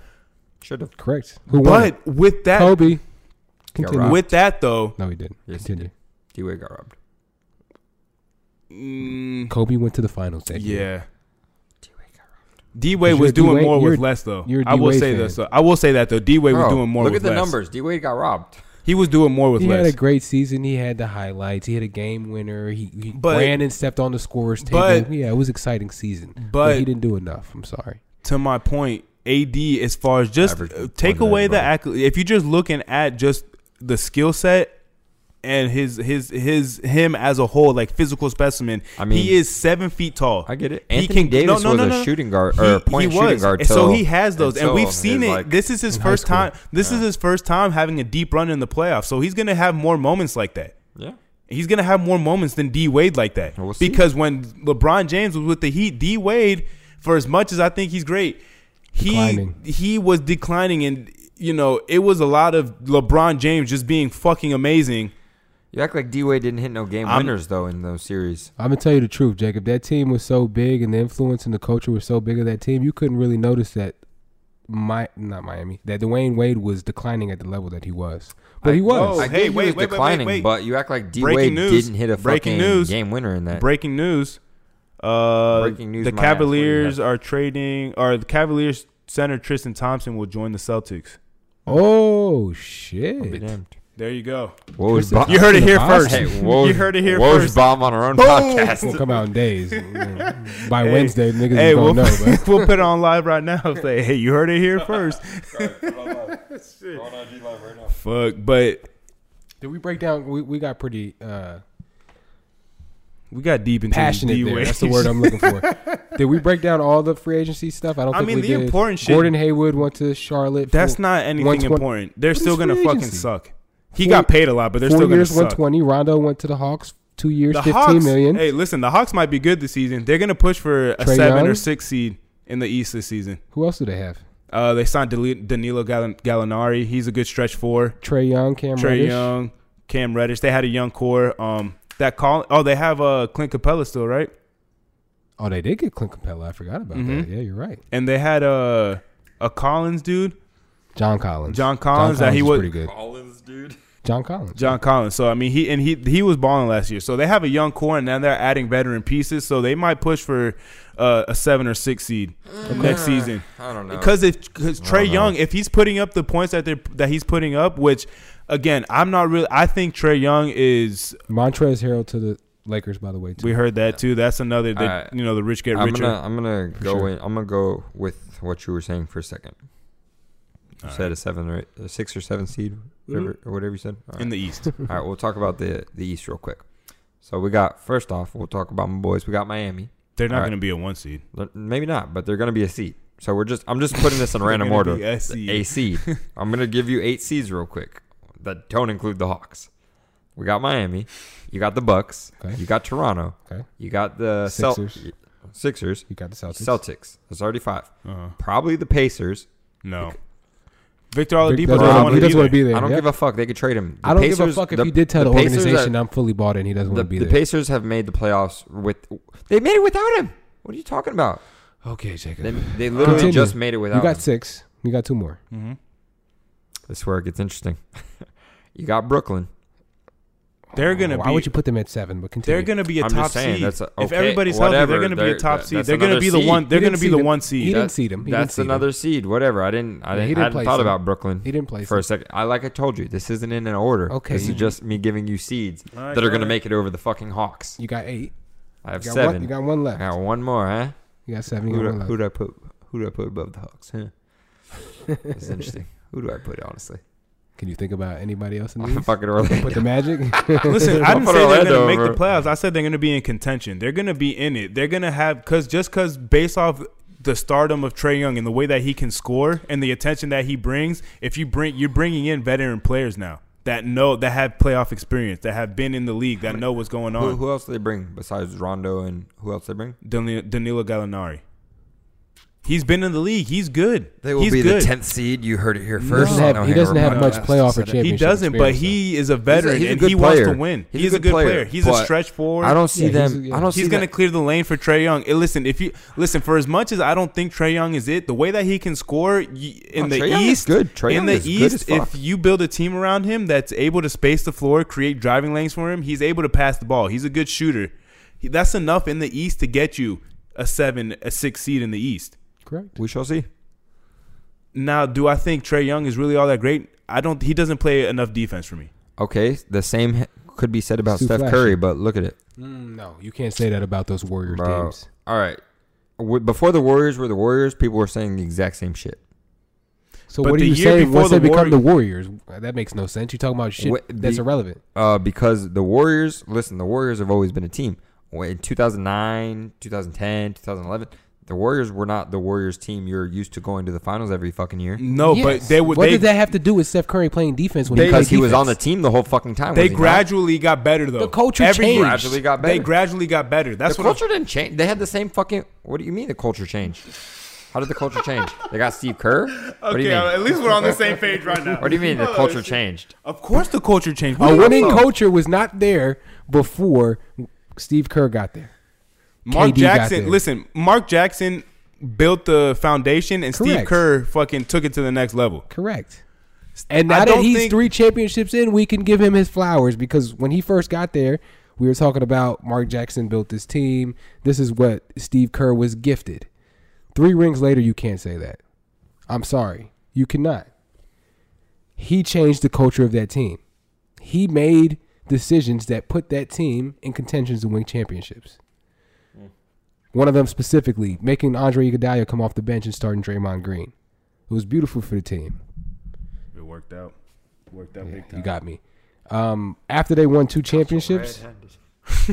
Should have. Correct. Who won? it? But with that, Kobe. Continue. robbed. with that though, no, he didn't. Yes, he Continue. D Wade got robbed. mm, Kobe went to the finals that year. yeah, D Wade got robbed. D Wade you're was doing D-Wade- more with you're- less though. you're a I will D-Wade say fan. this. though. I will say that though. D Wade was Bro, doing more. Look with at the less. numbers. D Wade got robbed. He was doing more with He less. had a great season. He had the highlights. He had a game winner. He, he But- Brandon stepped on the scorer's table. but- yeah, it was exciting season. But, but- he didn't do enough. I'm sorry. to my point, AD as far as just Average uh, take one away the nine, acc- if you're just looking at just the skill set and his his his him as a whole like physical specimen. I mean- he is seven feet tall. I get it. He Anthony can- Davis no, no, was no, a no. shooting guard or a point shooting guard. And so till- he has those, and until we've seen his, it. like- this is his in high first school. time. This is his first time having a deep run in the playoffs. So he's gonna have more moments like that. yeah. He's gonna have more moments than D Wade like that. We'll see. because when LeBron James was with the Heat, D Wade, for as much as I think he's great, he Declining. he was declining, and you know it was a lot of LeBron James just being fucking amazing. You act like D Wade didn't hit no game I'm- winners though in those series. I'm gonna tell you the truth, Jacob. That team was so big, and the influence and the culture was so big of that team. You couldn't really notice that. My not Miami. That Dwayne Wade was declining at the level that he was, but he was. Oh, I hey, get he wait, wait, was wait, declining, wait, wait. but you act like D Breaking Wade news. didn't hit a Breaking fucking news. game winner in that. Breaking news: uh, Breaking news, The my ass, what do you Cavaliers are trading, or the Cavaliers center Tristan Thompson will join the Celtics. Oh I'll be shit! damned. There you go. What was Tristan- Bob- You heard it here Thompson. first. Hey, what (laughs) you was- heard it here what was first. Bomb on our own Boom. Won't podcast. come out (laughs) in days. By Hey, Wednesday, niggas Hey, is gonna we'll, (laughs) know. But we'll put it on live right now. Say, hey, you heard it here first. (laughs) Fuck, but Did we break down? We, we got pretty uh, we got deep into passionate these there. D-Wade. That's the word I'm looking for. did we break down all the free agency stuff? I don't. I Think mean, we the did. important shit- Gordon Haywood went to (laughs) Charlotte. That's Four- not anything Once one- important. They're What still is gonna free fucking agency? suck. He Four- got paid a lot, but they're four still gonna years, suck. 120. Rondo went to the Hawks. Two years, The fifteen million. Hawks. Hey, listen, the Hawks might be good this season. They're gonna push for a Trae seven Young? or six seed in the East this season. Who else do they have? Uh, they signed Deli- Danilo Galli- Gallinari. He's a good stretch four. Trey Young, Cam Trey Reddish. Young, Cam Reddish. They had a young core. Um, that call. Oh, they have uh Clint Capella still, right? Oh, they did get Clint Capella. I forgot about that. Mhm. Yeah, you're right. And they had uh a Collins dude, John Collins. John Collins. that he is was pretty good. Collins, dude. John Collins. John Collins. So I mean, he and he he was balling last year. So they have a young core, and now they're adding veteran pieces. So they might push for uh, a seven or six seed next season. I don't know. Because if because Trey know. Young, if he's putting up the points that they are that he's putting up, which again, I'm not really. I think Trey Young is. Montrez Harrell to the Lakers. By the way, too. We heard that too. That's another. That, Alright. You know, the rich get I'm richer. gonna I'm gonna go sure. in. I'm gonna go with what you were saying for a second. You said a seven or eight, a six or seven seed, whatever, or whatever you said. All Mm-hmm. in right. the East. All right, we'll talk about the the East real quick. So we got first off, we'll talk about my boys. We got Miami. They're not Alright. going to be a one seed. They're- Maybe not, but they're gonna be a seed. So we're just I'm just putting this in random gonna order. be a seed. A seed. I'm gonna give you eight seeds real quick that don't include the Hawks. We got Miami. You got the Bucks. Okay. You got Toronto. Okay. You got uh, the Cel- Sixers. Sixers. You got the Celtics. Celtics. That's already five. Uh-huh. Probably the Pacers. No. Victor Vic Oladipo doesn't doesn't wanna- want to he be doesn't there. want to be there. I don't yeah. give a fuck. They could trade him. The I don't give a Pacers- fuck if the- you did tell the, Pacers organization are- I'm fully bought in. He doesn't the, want to be the there. Pacers have made the playoffs with. They made it without him. What are you talking about? okay, Jacob. They, they literally Continue. just made it You without. got him. six. You got two more. Mhm. Oh, This is where it (laughs) gets interesting. you got Brooklyn. They're going to Why be. would you put them at seven? But continue. They're going to be a I'm top just saying, seed. that's a- if okay, everybody's healthy, whatever, they're going to be a they're- top that- seed. that's They're going to another be the seed. one. They're He going to didn't be see the them. one He seed. didn't That- see them. He didn't that's see them. another seed. Whatever. I didn't. I Yeah, didn't. he didn't I hadn't place thought them. about Brooklyn. He didn't place for a them. second. I like I told you. This isn't in an order. Okay. This is just me giving you seeds All right, that are all going to right. make it over the fucking Hawks. You got eight. I have You got, seven. One, you got one I left. got one more, huh? You got seven. You got Who do, I, one left. who do I put? Who do I put above the Hawks? (laughs) Huh? That's interesting. Who do I put? Honestly, Can you think about anybody else in (laughs) the I'm East? fucking Orlando. Put the (laughs) Magic. Listen, I didn't Put say they're Orlando going to make the over. playoffs. I said they're going to be in contention. They're going to be in it. They're going to have because just because based off the stardom of Trey Young and the way that he can score and the attention that he brings, if you bring you're bringing in veteran players now that know that have playoff experience, that have been in the league, that know what's going Who, on. who else do they bring besides Rondo and who else they bring? Danilo, Danilo Gallinari. He's been in the league. He's good. They will He's be good. the tenth seed. You heard it here He first. doesn't have- No, he Hangover doesn't have much Podcast playoff or said it. championship. He doesn't, but experience, he is a veteran he's a and good he wants to player. win. He's He's, a a good good player. player, He's a but stretch forward. I don't see Yeah, he's them. a- yeah. I don't He's see gonna them. clear the lane for Trey Young. And listen, if you listen, for as much as I don't think Trey Young is it, the way that he can score y- in Oh, the Trae Young is East, good. Trae in Young the is good as East, fuck. if you build a team around him that's able to space the floor, create driving lanes for him, he's able to pass the ball. He's a good shooter. He- that's enough in the East to get you a seven, a six seed in the East. correct. We shall see. Now, do I think Trey Young is really all that great? I don't. He doesn't play enough defense for me. Okay, the same h- could be said about It's too Steph flashy. Curry, but look at it. Mm, no, you can't say that about those Warriors Bro. teams. All right. W- Before the Warriors were the Warriors, people were saying the exact same shit. So But what are the you year saying before once they the become the Warriors? That makes no sense. You talking about shit What- that's the- irrelevant. Uh, because the Warriors, listen, the Warriors have always been a team. When- In 2009, 2010, 2011, the Warriors were not the Warriors team you're used to going to the finals every fucking year. No, Oh, but Yes. they would. What They, did that have to do with Steph Curry playing defense when he, Because he played was on the defense? team the whole fucking time. they was he not? gradually got better though. The culture year- changed. Gradually got They better. gradually got better. That's the what I'm- culture didn't change. They had the same fucking. What do you mean the culture changed? How did the culture change? They got Steve Kerr. What do you okay, mean? at least we're on the same page right now. What do (laughs) you mean the Oh, culture shit. changed? Of course, the culture changed. A winning Oh. culture was not there before Steve Kerr got there. Mark KD got Jackson, there. listen, Mark Jackson built the foundation, and Steve Correct. Kerr fucking took it to the next level. Correct. And I now that don't he's think- three championships in, we can give him his flowers because when he first got there, we were talking about Mark Jackson built this team. This is what Steve Kerr was gifted. Three rings later, you can't say that. I'm sorry. You cannot. He changed the culture of that team. He made decisions that put that team in contentions to win championships. One of them specifically, making Andre Iguodala come off the bench and starting Draymond Green. It was beautiful for the team. It worked out. Worked out big You got me. Um, after they won two championships,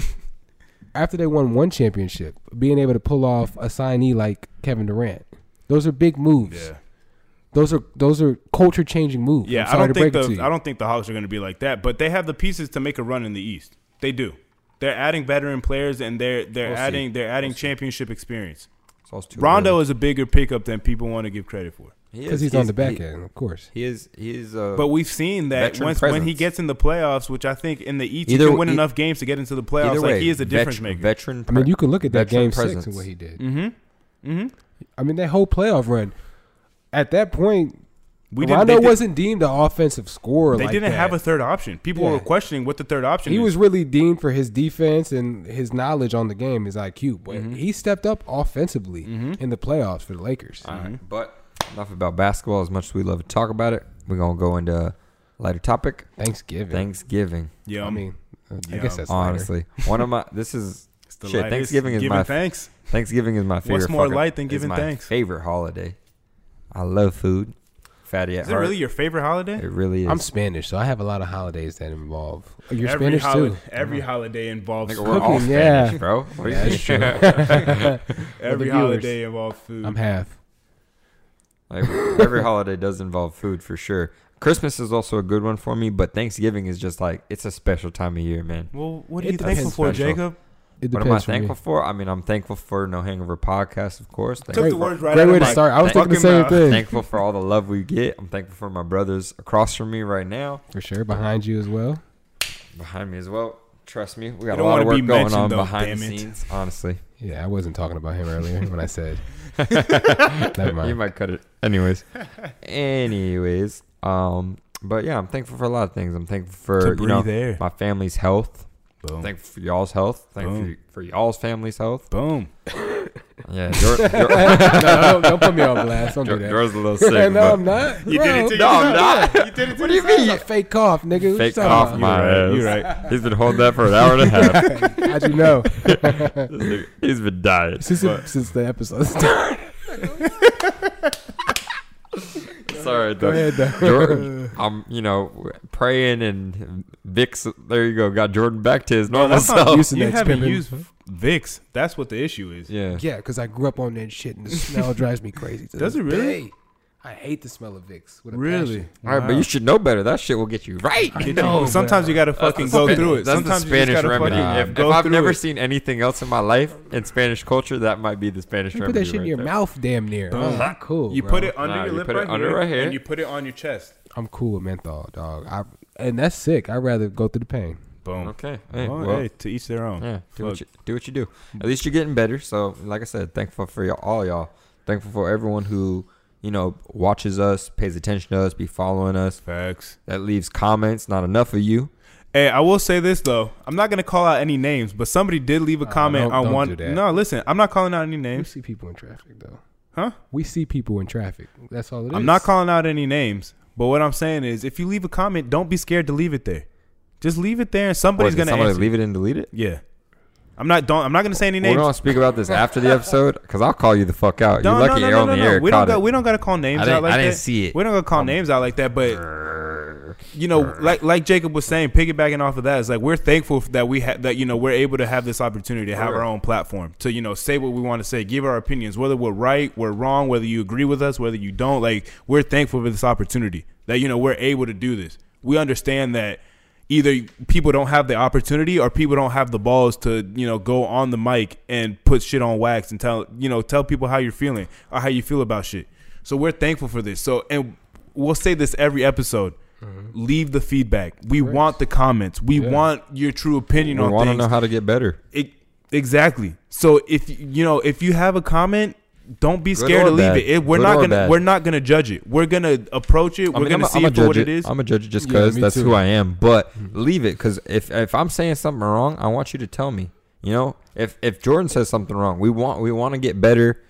(laughs) after they won one championship, being able to pull off a signee like Kevin Durant, those are big moves. Yeah, Those are those are culture changing moves. I'm yeah. I sorry don't to break think it to the you. I don't think the Hawks are going to be like that, but they have the pieces to make a run in the East. They do. They're adding veteran players, and they're they're We'll see. adding they're adding championship experience. It's all too Rondo early. is a bigger pickup than people want to give credit for. He because is- he's on the back he- end, of course. He is. He is. Uh, But we've seen that Veteran once, when he presence. gets in the playoffs, which I think in the East, he Either- can win e- enough games to get into the playoffs. either Like way, he is a difference veteran, maker. Veteran. I mean, you can look at that veteran game presence. six and what he did. Mm-hmm. Mm-hmm. I mean, that whole playoff run. At that point, We didn't. Rondo they did- wasn't deemed an offensive scorer. They like didn't that. have a third option. People Yeah. were questioning what the third option. He is. was really deemed for his defense and his knowledge on the game, his IQ. But Mm-hmm. he stepped up offensively in the playoffs for the Lakers. All right, But Mm-hmm. enough about basketball. As much as we love to talk about it, we're gonna go into a lighter topic. Thanksgiving. Thanksgiving. Yeah, I mean, I Yeah. guess that's honestly. honestly, one (laughs) of my. This is it's the shit. lightest Thanksgiving is giving my thanks. Thanksgiving is my favorite. more fucking- light than is giving my thanks? Favorite holiday. I love food. Fatty at Is it heart. really your favorite holiday? It really is. I'm Spanish, so I have a lot of holidays that involve. Oh, You're every Spanish holi- too. Every holiday involves Nigga, food. Uh-huh. we're all Cooking, Spanish, (laughs) yeah. bro. What do you Yeah, mean? that's true. every viewers. holiday involves food. I'm half. (laughs) Like, every holiday does involve food for sure. Christmas is also a good one for me, but Thanksgiving is just like it's a special time of year, man. well, what are It you thankful depends. for, Special. Jacob? It What depends. am I for me. thankful for? I mean, I'm thankful for No Hangover podcast, of course. Took Thankful the Great- words for, right Great out way of to my start. I was thinking the fucking same mouth. thing. thankful for all the love we get. I'm thankful for my brothers across from me right now, For sure, behind you as well. behind me as well. Trust me, we You got a don't lot of wanna be work going mentioned, on though, behind damn the it. scenes. Honestly, Yeah, I wasn't talking about him earlier when I (laughs) said. Never you mind. might cut it. (laughs) Anyways, anyways, um, but yeah, I'm thankful for a lot of things. I'm thankful for To you know breathe air. my family's health. Boom. Thankful for y'all's health. Thankful Boom. for, for y'all's family's health. Boom. Yeah, (laughs) your, (laughs) no, your, don't, don't put me on blast. Don't do your, that. yours is (laughs) a little sick. no, but- I'm not. You did Bro. it to (laughs) No, I'm yourself. not. You did it to What do you yourself. That was a fake cough, nigga. What you Fake talking cough, about? You're my right. You're ass. (laughs) right. He's been holding that for an hour and a half. (laughs) How'd you know? (laughs) He's been dying. since, it- since the episode (laughs) started. Sorry, Go though. ahead, though. (laughs) Jordan, I'm, you know, praying and Vic's. There you go. Got Jordan back to his No, normal that's not. self. Usenet You haven't pimpin'. used Vicks. That's what the issue is. yeah. Yeah, because I grew up on that shit, and the (laughs) smell drives me crazy. to Does this it really? day. I hate the smell of Vicks. With a Really? passion. All right, but Wow. you should know better. That shit will get you right. Get you- know, Sometimes you gotta fucking go Span- through it. Uh, That's Sometimes the you just Spanish gotta remedy. fucking if go if I've through never it. seen anything else in my life in Spanish culture, that might be the Spanish You put remedy. that shit in right your there. mouth, damn near. Boom. I'm not cool. You bro. put it under Nah, your you lip put it right, under here, right here. and you put it on your chest. I'm cool with menthol, dog. I and that's sick. I'd rather go through the pain. Boom. Okay. Hey, Well, well, hey, to each their own. Yeah, do what, Fuck. you, do what you do. At least you're getting better. So, like I said, thankful for y'all, all y'all. Thankful for everyone who you know watches us, pays attention to us, be following us. Facts. That leaves comments. Not enough of you. Hey, I will say this though. I'm not gonna call out any names, but somebody did leave a comment don't- on don't one. do that. No, listen, I'm not calling out any You names. see people in traffic though. Huh? We see people in traffic. That's all it is. I'm not calling out any names, but what I'm saying is, if you leave a comment, don't be scared to leave it there. Just leave it there, and somebody's What, did gonna somebody answer. leave it and delete it. Yeah, I'm not. Don't. I'm not gonna say any We're names. gonna speak about this after the episode because I'll call you the fuck out. No, You're lucky no, no, you're no, on no, the no. air. We caught don't got, it. we don't got to call names I didn't- out like I that. didn't see it. We don't got to call names out like that, but you know, like like Jacob was saying, piggybacking off of that is like we're thankful that we ha- that you know we're able to have this opportunity to have our own platform to you know say what we want to say, give our opinions, whether we're right, we're wrong, whether you agree with us, whether you don't. Like we're thankful for this opportunity that you know we're able to do this. We understand that either people don't have the opportunity or people don't have the balls to you know go on the mic and put shit on wax and tell you know tell people how you're feeling or how you feel about shit so we're thankful for this so and we'll say this every episode Mm-hmm. leave the feedback we want the comments we want your true opinion We on want to things know how to get better. it, exactly. So if you know if you have a comment, don't be scared to or leave bad. it. it. We're Good not or gonna bad. we're not gonna judge it. We're gonna approach it. We're gonna see it for what judge it is. I'm a judge it just Yeah, because me that's too. who I am. But Hmm. leave it because if if I'm saying something wrong, I want you to tell me. You know, if if Jordan says something wrong, we want we want to get better.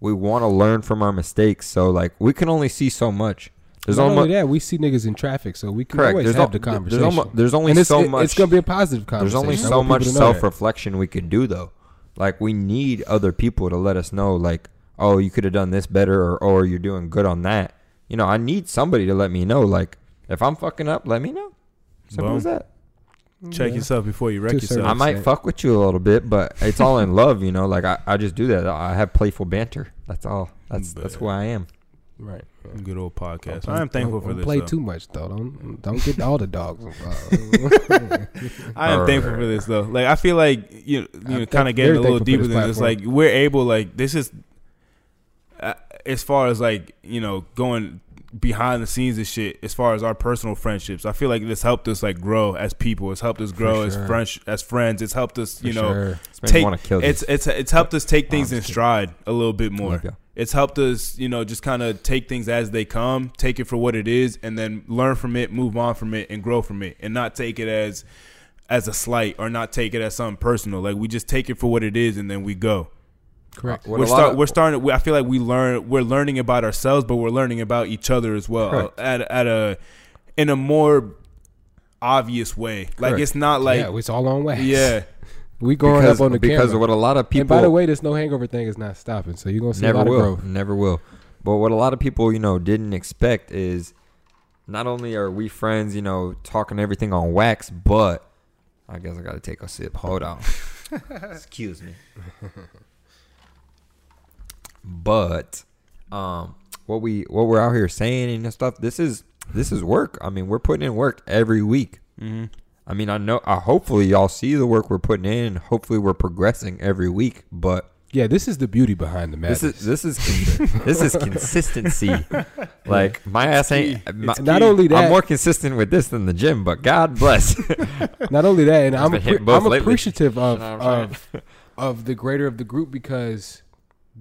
We want to learn from our mistakes. So like we can only see so much. There's Not only only that, we see niggas in traffic, so we can correct. always There's, have al- the there's almo- conversation. there's only and it's, so it- much. It's gonna be a positive There's conversation. only I so want much people to know self that. reflection we could do though. Like we need other people to let us know like, oh, you could have done this better or or you're doing good on that. You know, I need somebody to let me know. Like if I'm fucking up, let me know. Simple Boom. as that. Check yourself before you wreck Two yourself. I servings. I'm- might Right. fuck with you a little bit, but it's all in (laughs) love, you know. Like I, I just do that. I have playful banter. That's all. That's that's who I am. Right. yeah. Good old podcast. Don't- I am thankful don't- for don't this. Play though. too much though. Don't don't get all the dogs involved. I am thankful for this though. Like I feel like you you know, thank- kind of very getting a little thankful for deeper this than this. platform. Like we're able, like this is uh, as far as like you know going behind the scenes and shit. As far as our personal friendships, I feel like this helped us like grow as people. It's helped us grow sure. as friends. As friends, it's helped us you For know sure. It's made me take. want to kill It's you. it's it's helped us take things I'm in just kidding. stride a little bit more. Love ya. It's helped us, you know, just kind of take things as they come, take it for what it is, and then learn from it, move on from it, and grow from it, and not take it as as a slight or not take it as something personal. Like we just take it for what it is, and then we go. Correct. What we're a lot start, of- we're starting. We, I feel like we learn. We're learning about ourselves, but we're learning about each other as well. Correct. At at a in a more obvious way. Like Correct. it's not like yeah, it's all on wax. yeah. (laughs) we growing because, up on the because camera. what a lot of people and by the way, this no hangover thing is not stopping. So you're gonna see a never lot will, of growth. never will. But what a lot of people, you know, didn't expect is not only are we friends, you know, talking everything on wax, but I guess I got to take a sip. Hold on, (laughs) excuse me. But um, what we what we're out here saying and stuff, this is this is work. I mean, we're putting in work every week. I mean, I know. I hopefully y'all see the work we're putting in. Hopefully, we're progressing every week. But Yeah, this is the beauty behind the this madness. is this (laughs) is con- this is consistency. Like my ass ain't. my- It's not only that- I'm more consistent with this than the gym, but (laughs) God bless. Not only that, and I'm, been hitting appre- both I'm lately. appreciative of, You know what I'm of of the greater of the group because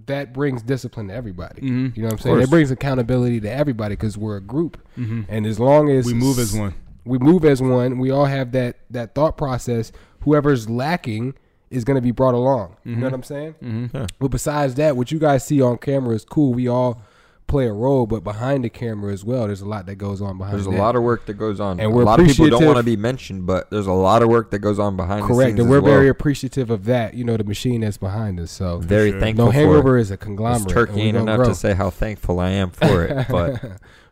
that brings discipline to everybody. You know what I'm saying? It Mm-hmm. course. Mm-hmm. brings accountability to everybody because we're a group, and as long as We move as one. we move as one. We all have that that thought process. Whoever's lacking is going to be brought along. You know what I'm saying? Mm-hmm. Yeah. But besides that, what you guys see on camera is cool. We all play a role, but behind the camera as well, there's a lot that goes on behind. there's a that. lot of work that goes on, And we're a lot of people don't appreciative- want to be mentioned, but there's a lot of work that goes on behind the correct, scenes. and we're as well. very appreciative of that. You know, the machine that's behind us. So very sure. thankful no for hangover it. is a This conglomerate. and turkey we ain't gonna enough grow. to say how thankful I am (laughs) for it, but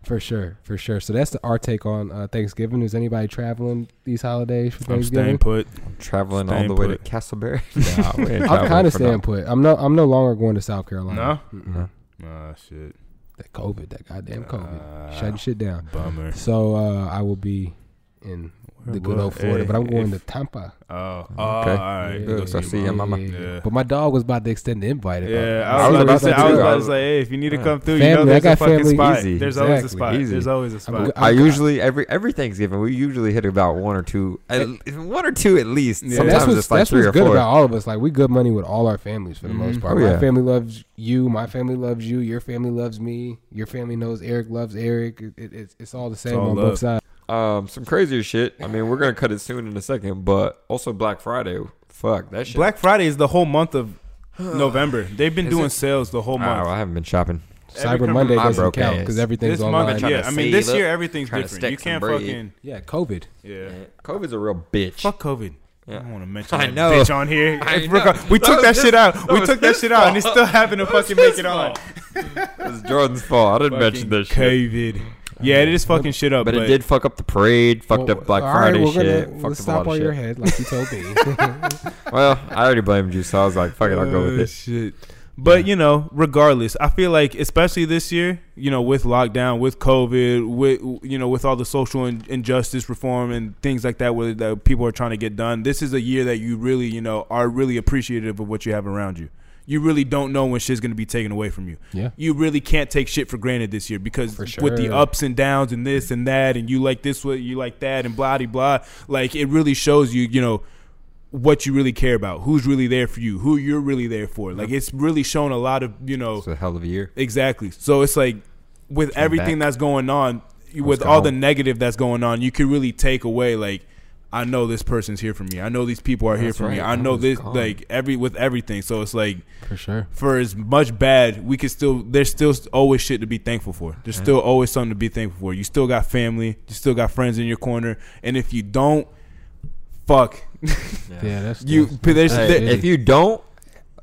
for sure, for sure. So that's the, our take on uh, Thanksgiving. Is anybody traveling these holidays for I'm staying Thanksgiving? put. traveling Staying all the way put. (laughs) to Castleberry. nah, we ain't I'm traveling kind of for staying nothing. put. I'm no. I'm no longer going to South Carolina. Mm-mm. No? Ah shit. That COVID, that goddamn COVID, Ah, shutting shit down. Bummer. So uh, I will be in the good Well, old Florida, hey, but I'm going if- to Tampa. Oh, oh, Okay. all right. Yeah, Go Good. So see see your ya, mom. mama. Yeah. But my dog was about to extend the invite. if Yeah, I I was was about to say. about I to was too. about to say, hey, if you need to Yeah. come through, you know, Family, I there's a got fucking family. spot. Easy. There's always a Exactly. spot. Easy. There's always a I'm spot. go- I usually every every Thanksgiving we usually hit about one or two, at, one or two at least. Yeah. And Sometimes that's what's, it's like that's three what's or good four. about all of us. Like we good money with all our families for the most Mhm. part. Oh, My yeah. family loves you. My family loves you. Your family loves me. Your family knows Eric loves Eric. It, it, it's, it's all the same all on love. both sides. Um, some crazier shit. I mean, we're gonna cut it soon in a second, but also Black Friday. Fuck that shit. Black Friday is the whole month of November. They've been Is doing it- sales the whole month. Oh, I haven't been shopping. Every Cyber company- Monday I'm doesn't broke count ass. because everything's This online. month, trying yeah. to I mean, save this up, year everything's trying to different. stack You some can't bread. fucking yeah, COVID. yeah. COVID's a real bitch. Fuck COVID. I Yeah. don't want to mention (laughs) I that know. bitch on here. I If know. we're go- We That took was that his- shit out. that we was took that his shit out, and it's fault. still having to fucking make it on. It's Jordan's fault. I didn't mention this shit. COVID. Yeah, it is fucking shit up. But, it did fuck up the parade, fucked Well, up Black all right, Friday we're gonna- shit, Let's fucked up a stop lot on of your shit. head like you (laughs) told me. Well, I already blamed you, so I was like, fuck it, I'll go with Uh, Oh, it. Shit. But you know, regardless, I feel like especially this year, you know, with lockdown, with COVID, with you know, with all the social in- injustice reform and things like that, where that people are trying to get done, this is a year that you really, you know, are really appreciative of what you have around you. You really don't know when shit's gonna be taken away from you. Yeah. You really can't take shit for granted this year because For with the sure. ups and downs and this and that and you like this way, you like that and blah de blah. Like it really shows you, you know, what you really care about, who's really there for you, who you're really there for. Like it's really shown a lot of you know It's a hell of a year. exactly. So it's like with everything back. that's going on, you- with Let's go all the home. negative that's going on, you can really take away like. I know this person's here for me. I know these people are here That's for me. right. I That know was this gone. like every with everything. So it's like For sure. for as much bad, we can still there's still always shit to be thankful for. There's still always something to be thankful for. You still got family, you still got friends in your corner, and if you don't, fuck Yeah, that's you. that's- There's that's there- shitty. if you don't,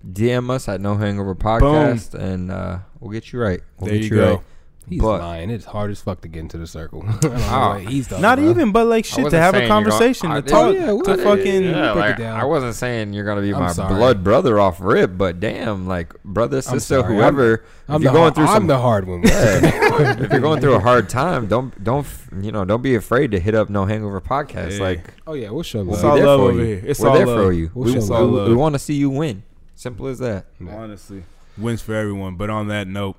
DM us at No Hangover Podcast, and uh, we'll get you right. We'll There get you go. right. He's But- lying. It's hard as fuck to get into the circle. (laughs) I don't know Ah, what he's talking Not about. even, but like shit to wasn't have a saying you're gonna- conversation I to did- talk Oh, yeah, we- to fucking. Yeah, Yeah, break it like, down. I wasn't saying you're gonna be I'm my sorry. blood brother off rip, but damn, like brother, sister, sorry. whoever, I'm if the you're going hard, through I'm some, the hard one. Yeah. if you're going through a hard time, don't don't f- you know, don't be afraid to hit up No Hangover Podcast. Hey. Like (laughs) oh yeah, we'll show we'll It's be all love. there love for over you. here. It's We're all there love. for you. We'll show We, we- love. we, want to see you win. Simple as that. Honestly, wins for everyone. But on that note,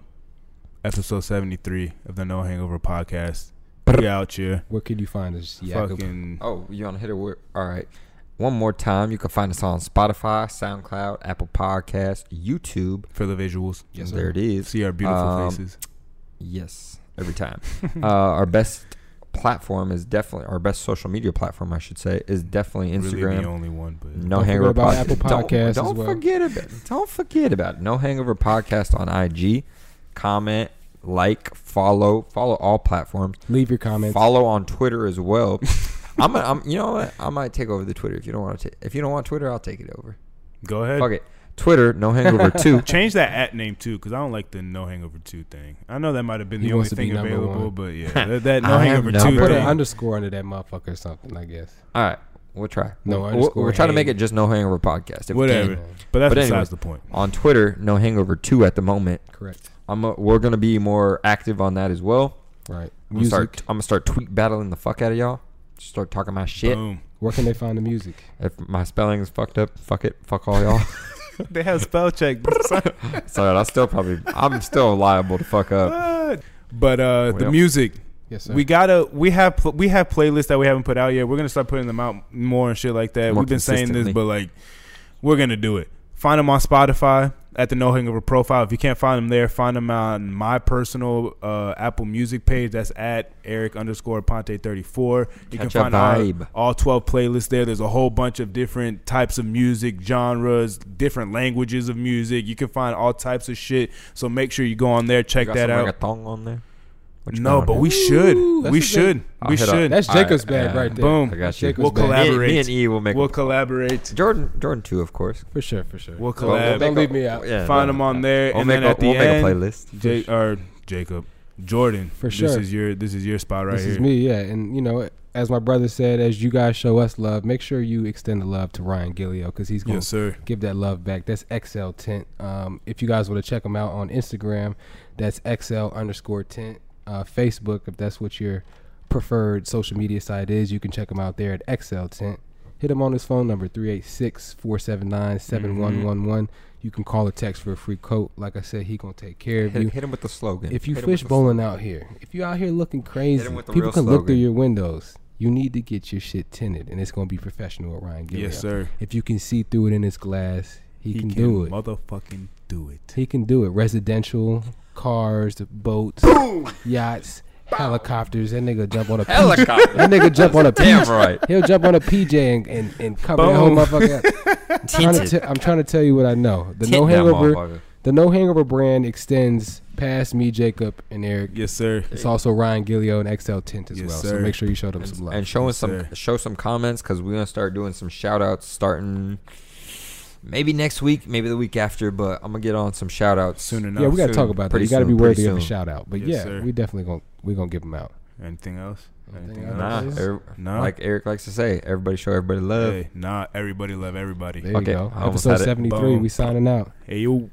episode seventy three of the No Hangover podcast. We out here, Where could you find us? Jacob? fucking. Oh, you want to hit it? with- All right. One more time, you can find us on Spotify, SoundCloud, Apple Podcast, YouTube. For the visuals, Yes, sir. there it is. see our beautiful Um, faces. Yes, every time. (laughs) uh, our best platform is definitely our best social media platform, I should say, is definitely Really the Instagram. only one, but no Don't forget hangover about Pod- Apple Don't- Podcasts as Don't, well. forget about. Don't forget about it. no hangover podcast on IG. Comment, like, follow, follow all platforms. Leave your comments. Follow on Twitter as well. (laughs) I'm, gonna- I'm, you know what? I might take over the Twitter if you don't want to. If you don't want Twitter, I'll take it over. go ahead. Fuck it. Twitter, no (laughs) hangover two. Change that at name too, because I don't like the No Hangover Two thing. I know that might have been He the only wants to be thing number available, one. but yeah, that, that No I am Hangover Two number I'll thing. put an Yeah. underscore under that motherfucker or something. I guess. All right, we'll try. No we'll, we'll, underscore we're trying to make hang. it just no hangover podcast. if we can. Whatever, but that's But anyway. besides the point. on Twitter, no hangover two at the moment. Correct. I'm uh we're gonna be more active on that as well. Right. I'm gonna, start, Music. I'm gonna start tweet battling the fuck out of y'all. Just start talking my shit. Boom. Where can they find the music? If my spelling is fucked up, fuck it, fuck (laughs) all y'all. (laughs) they have spell check. Sorry, I still probably I'm still liable to fuck up. (laughs) but uh, the Well. music, Yes, sir. we gotta we have pl- we have playlists that we haven't put out yet. We're gonna start putting them out more and shit like that. More We've been saying this, consistently. but like we're gonna do it. Find them on Spotify at the No Hangover profile. If you can't find them there, find them on my personal uh, Apple Music page. That's at Eric underscore Ponte thirty four. You Catch a can find our- vibe. all 12 playlists there. There's a whole bunch of different types of music, genres, different languages of music. You can find all types of shit. So make sure you go on there, check Got that some out. reggaeton on there. What you No, got on but there? we should. Ooh, that's we a should. I'll We hit up. should. That's All right, Jacob's bag yeah. right there. Boom. I got you. Jacob's We'll bag. collab- Me, me Collaborate. and E will make We'll a- collaborate. (laughs) Jordan Jordan too, of course. For sure. For sure. We'll We'll- we'll collab. Don't make leave a- me out. yeah, Find no, them on there, We'll and make then a, at the we'll end, make a playlist. J- or Jacob, Jordan. For This sure. is your this is your spot right this here. is me, yeah. And you know, as my brother said, as you guys show us love, make sure you extend the love to Ryan Gillio because he's gonna Yes, sir. give that love back. That's XL Tent. Um, if you guys want to check him out on Instagram, that's XL underscore Tent. Uh, Facebook, if that's what your preferred social media site is, you can check him out there at XL Tent. Hit him on his phone number 386-479-7111. You can call or text for a free coat. Like I said, he gonna take care of you. Hit, him with the slogan. If you Hit 'em with fish the (laughs) bowling out here, if you out here looking crazy, 'em with the people real can look through slogan. your windows. You need to get your shit tinted, and it's gonna be professional at Ryan Gilliam. Yes, sir. If you can see through it in his glass, he, can, do it. Motherfucking do it. he can do it. Residential, cars, boats, yachts, helicopters. That nigga jump on a (laughs) PJ. Helicopter. That nigga jump on a (laughs) Damn PJ. right. He'll jump on a PJ and and, and cover the whole Boom. motherfucker. up. trying to te- I'm trying to tell you what I know. The no That hangover, motherfucker. the no hangover brand extends past me, Jacob, and Eric. Yes, sir. It's also Ryan Gillio and XL Tint as Yes, well. So sir. make sure you show them some And, love. and showing Yes, some sir. show some comments because we're gonna start doing some shout outs starting maybe next week, maybe the week after, but I'm gonna get on some shout outs Soon enough. yeah, we got to soon. talk about that. Pretty You got to be soon, pretty worthy of a soon. shout out. But Yes, yeah, sir. we definitely gonna we gonna give them out. Anything else? Anything else? Nah, Yes. every- No. like uh, Eric likes to say, everybody show everybody love. Hey, nah, everybody love everybody. There you Okay, go. I almost Episode had it. seventy three. Boom. We signing out. Hey, you.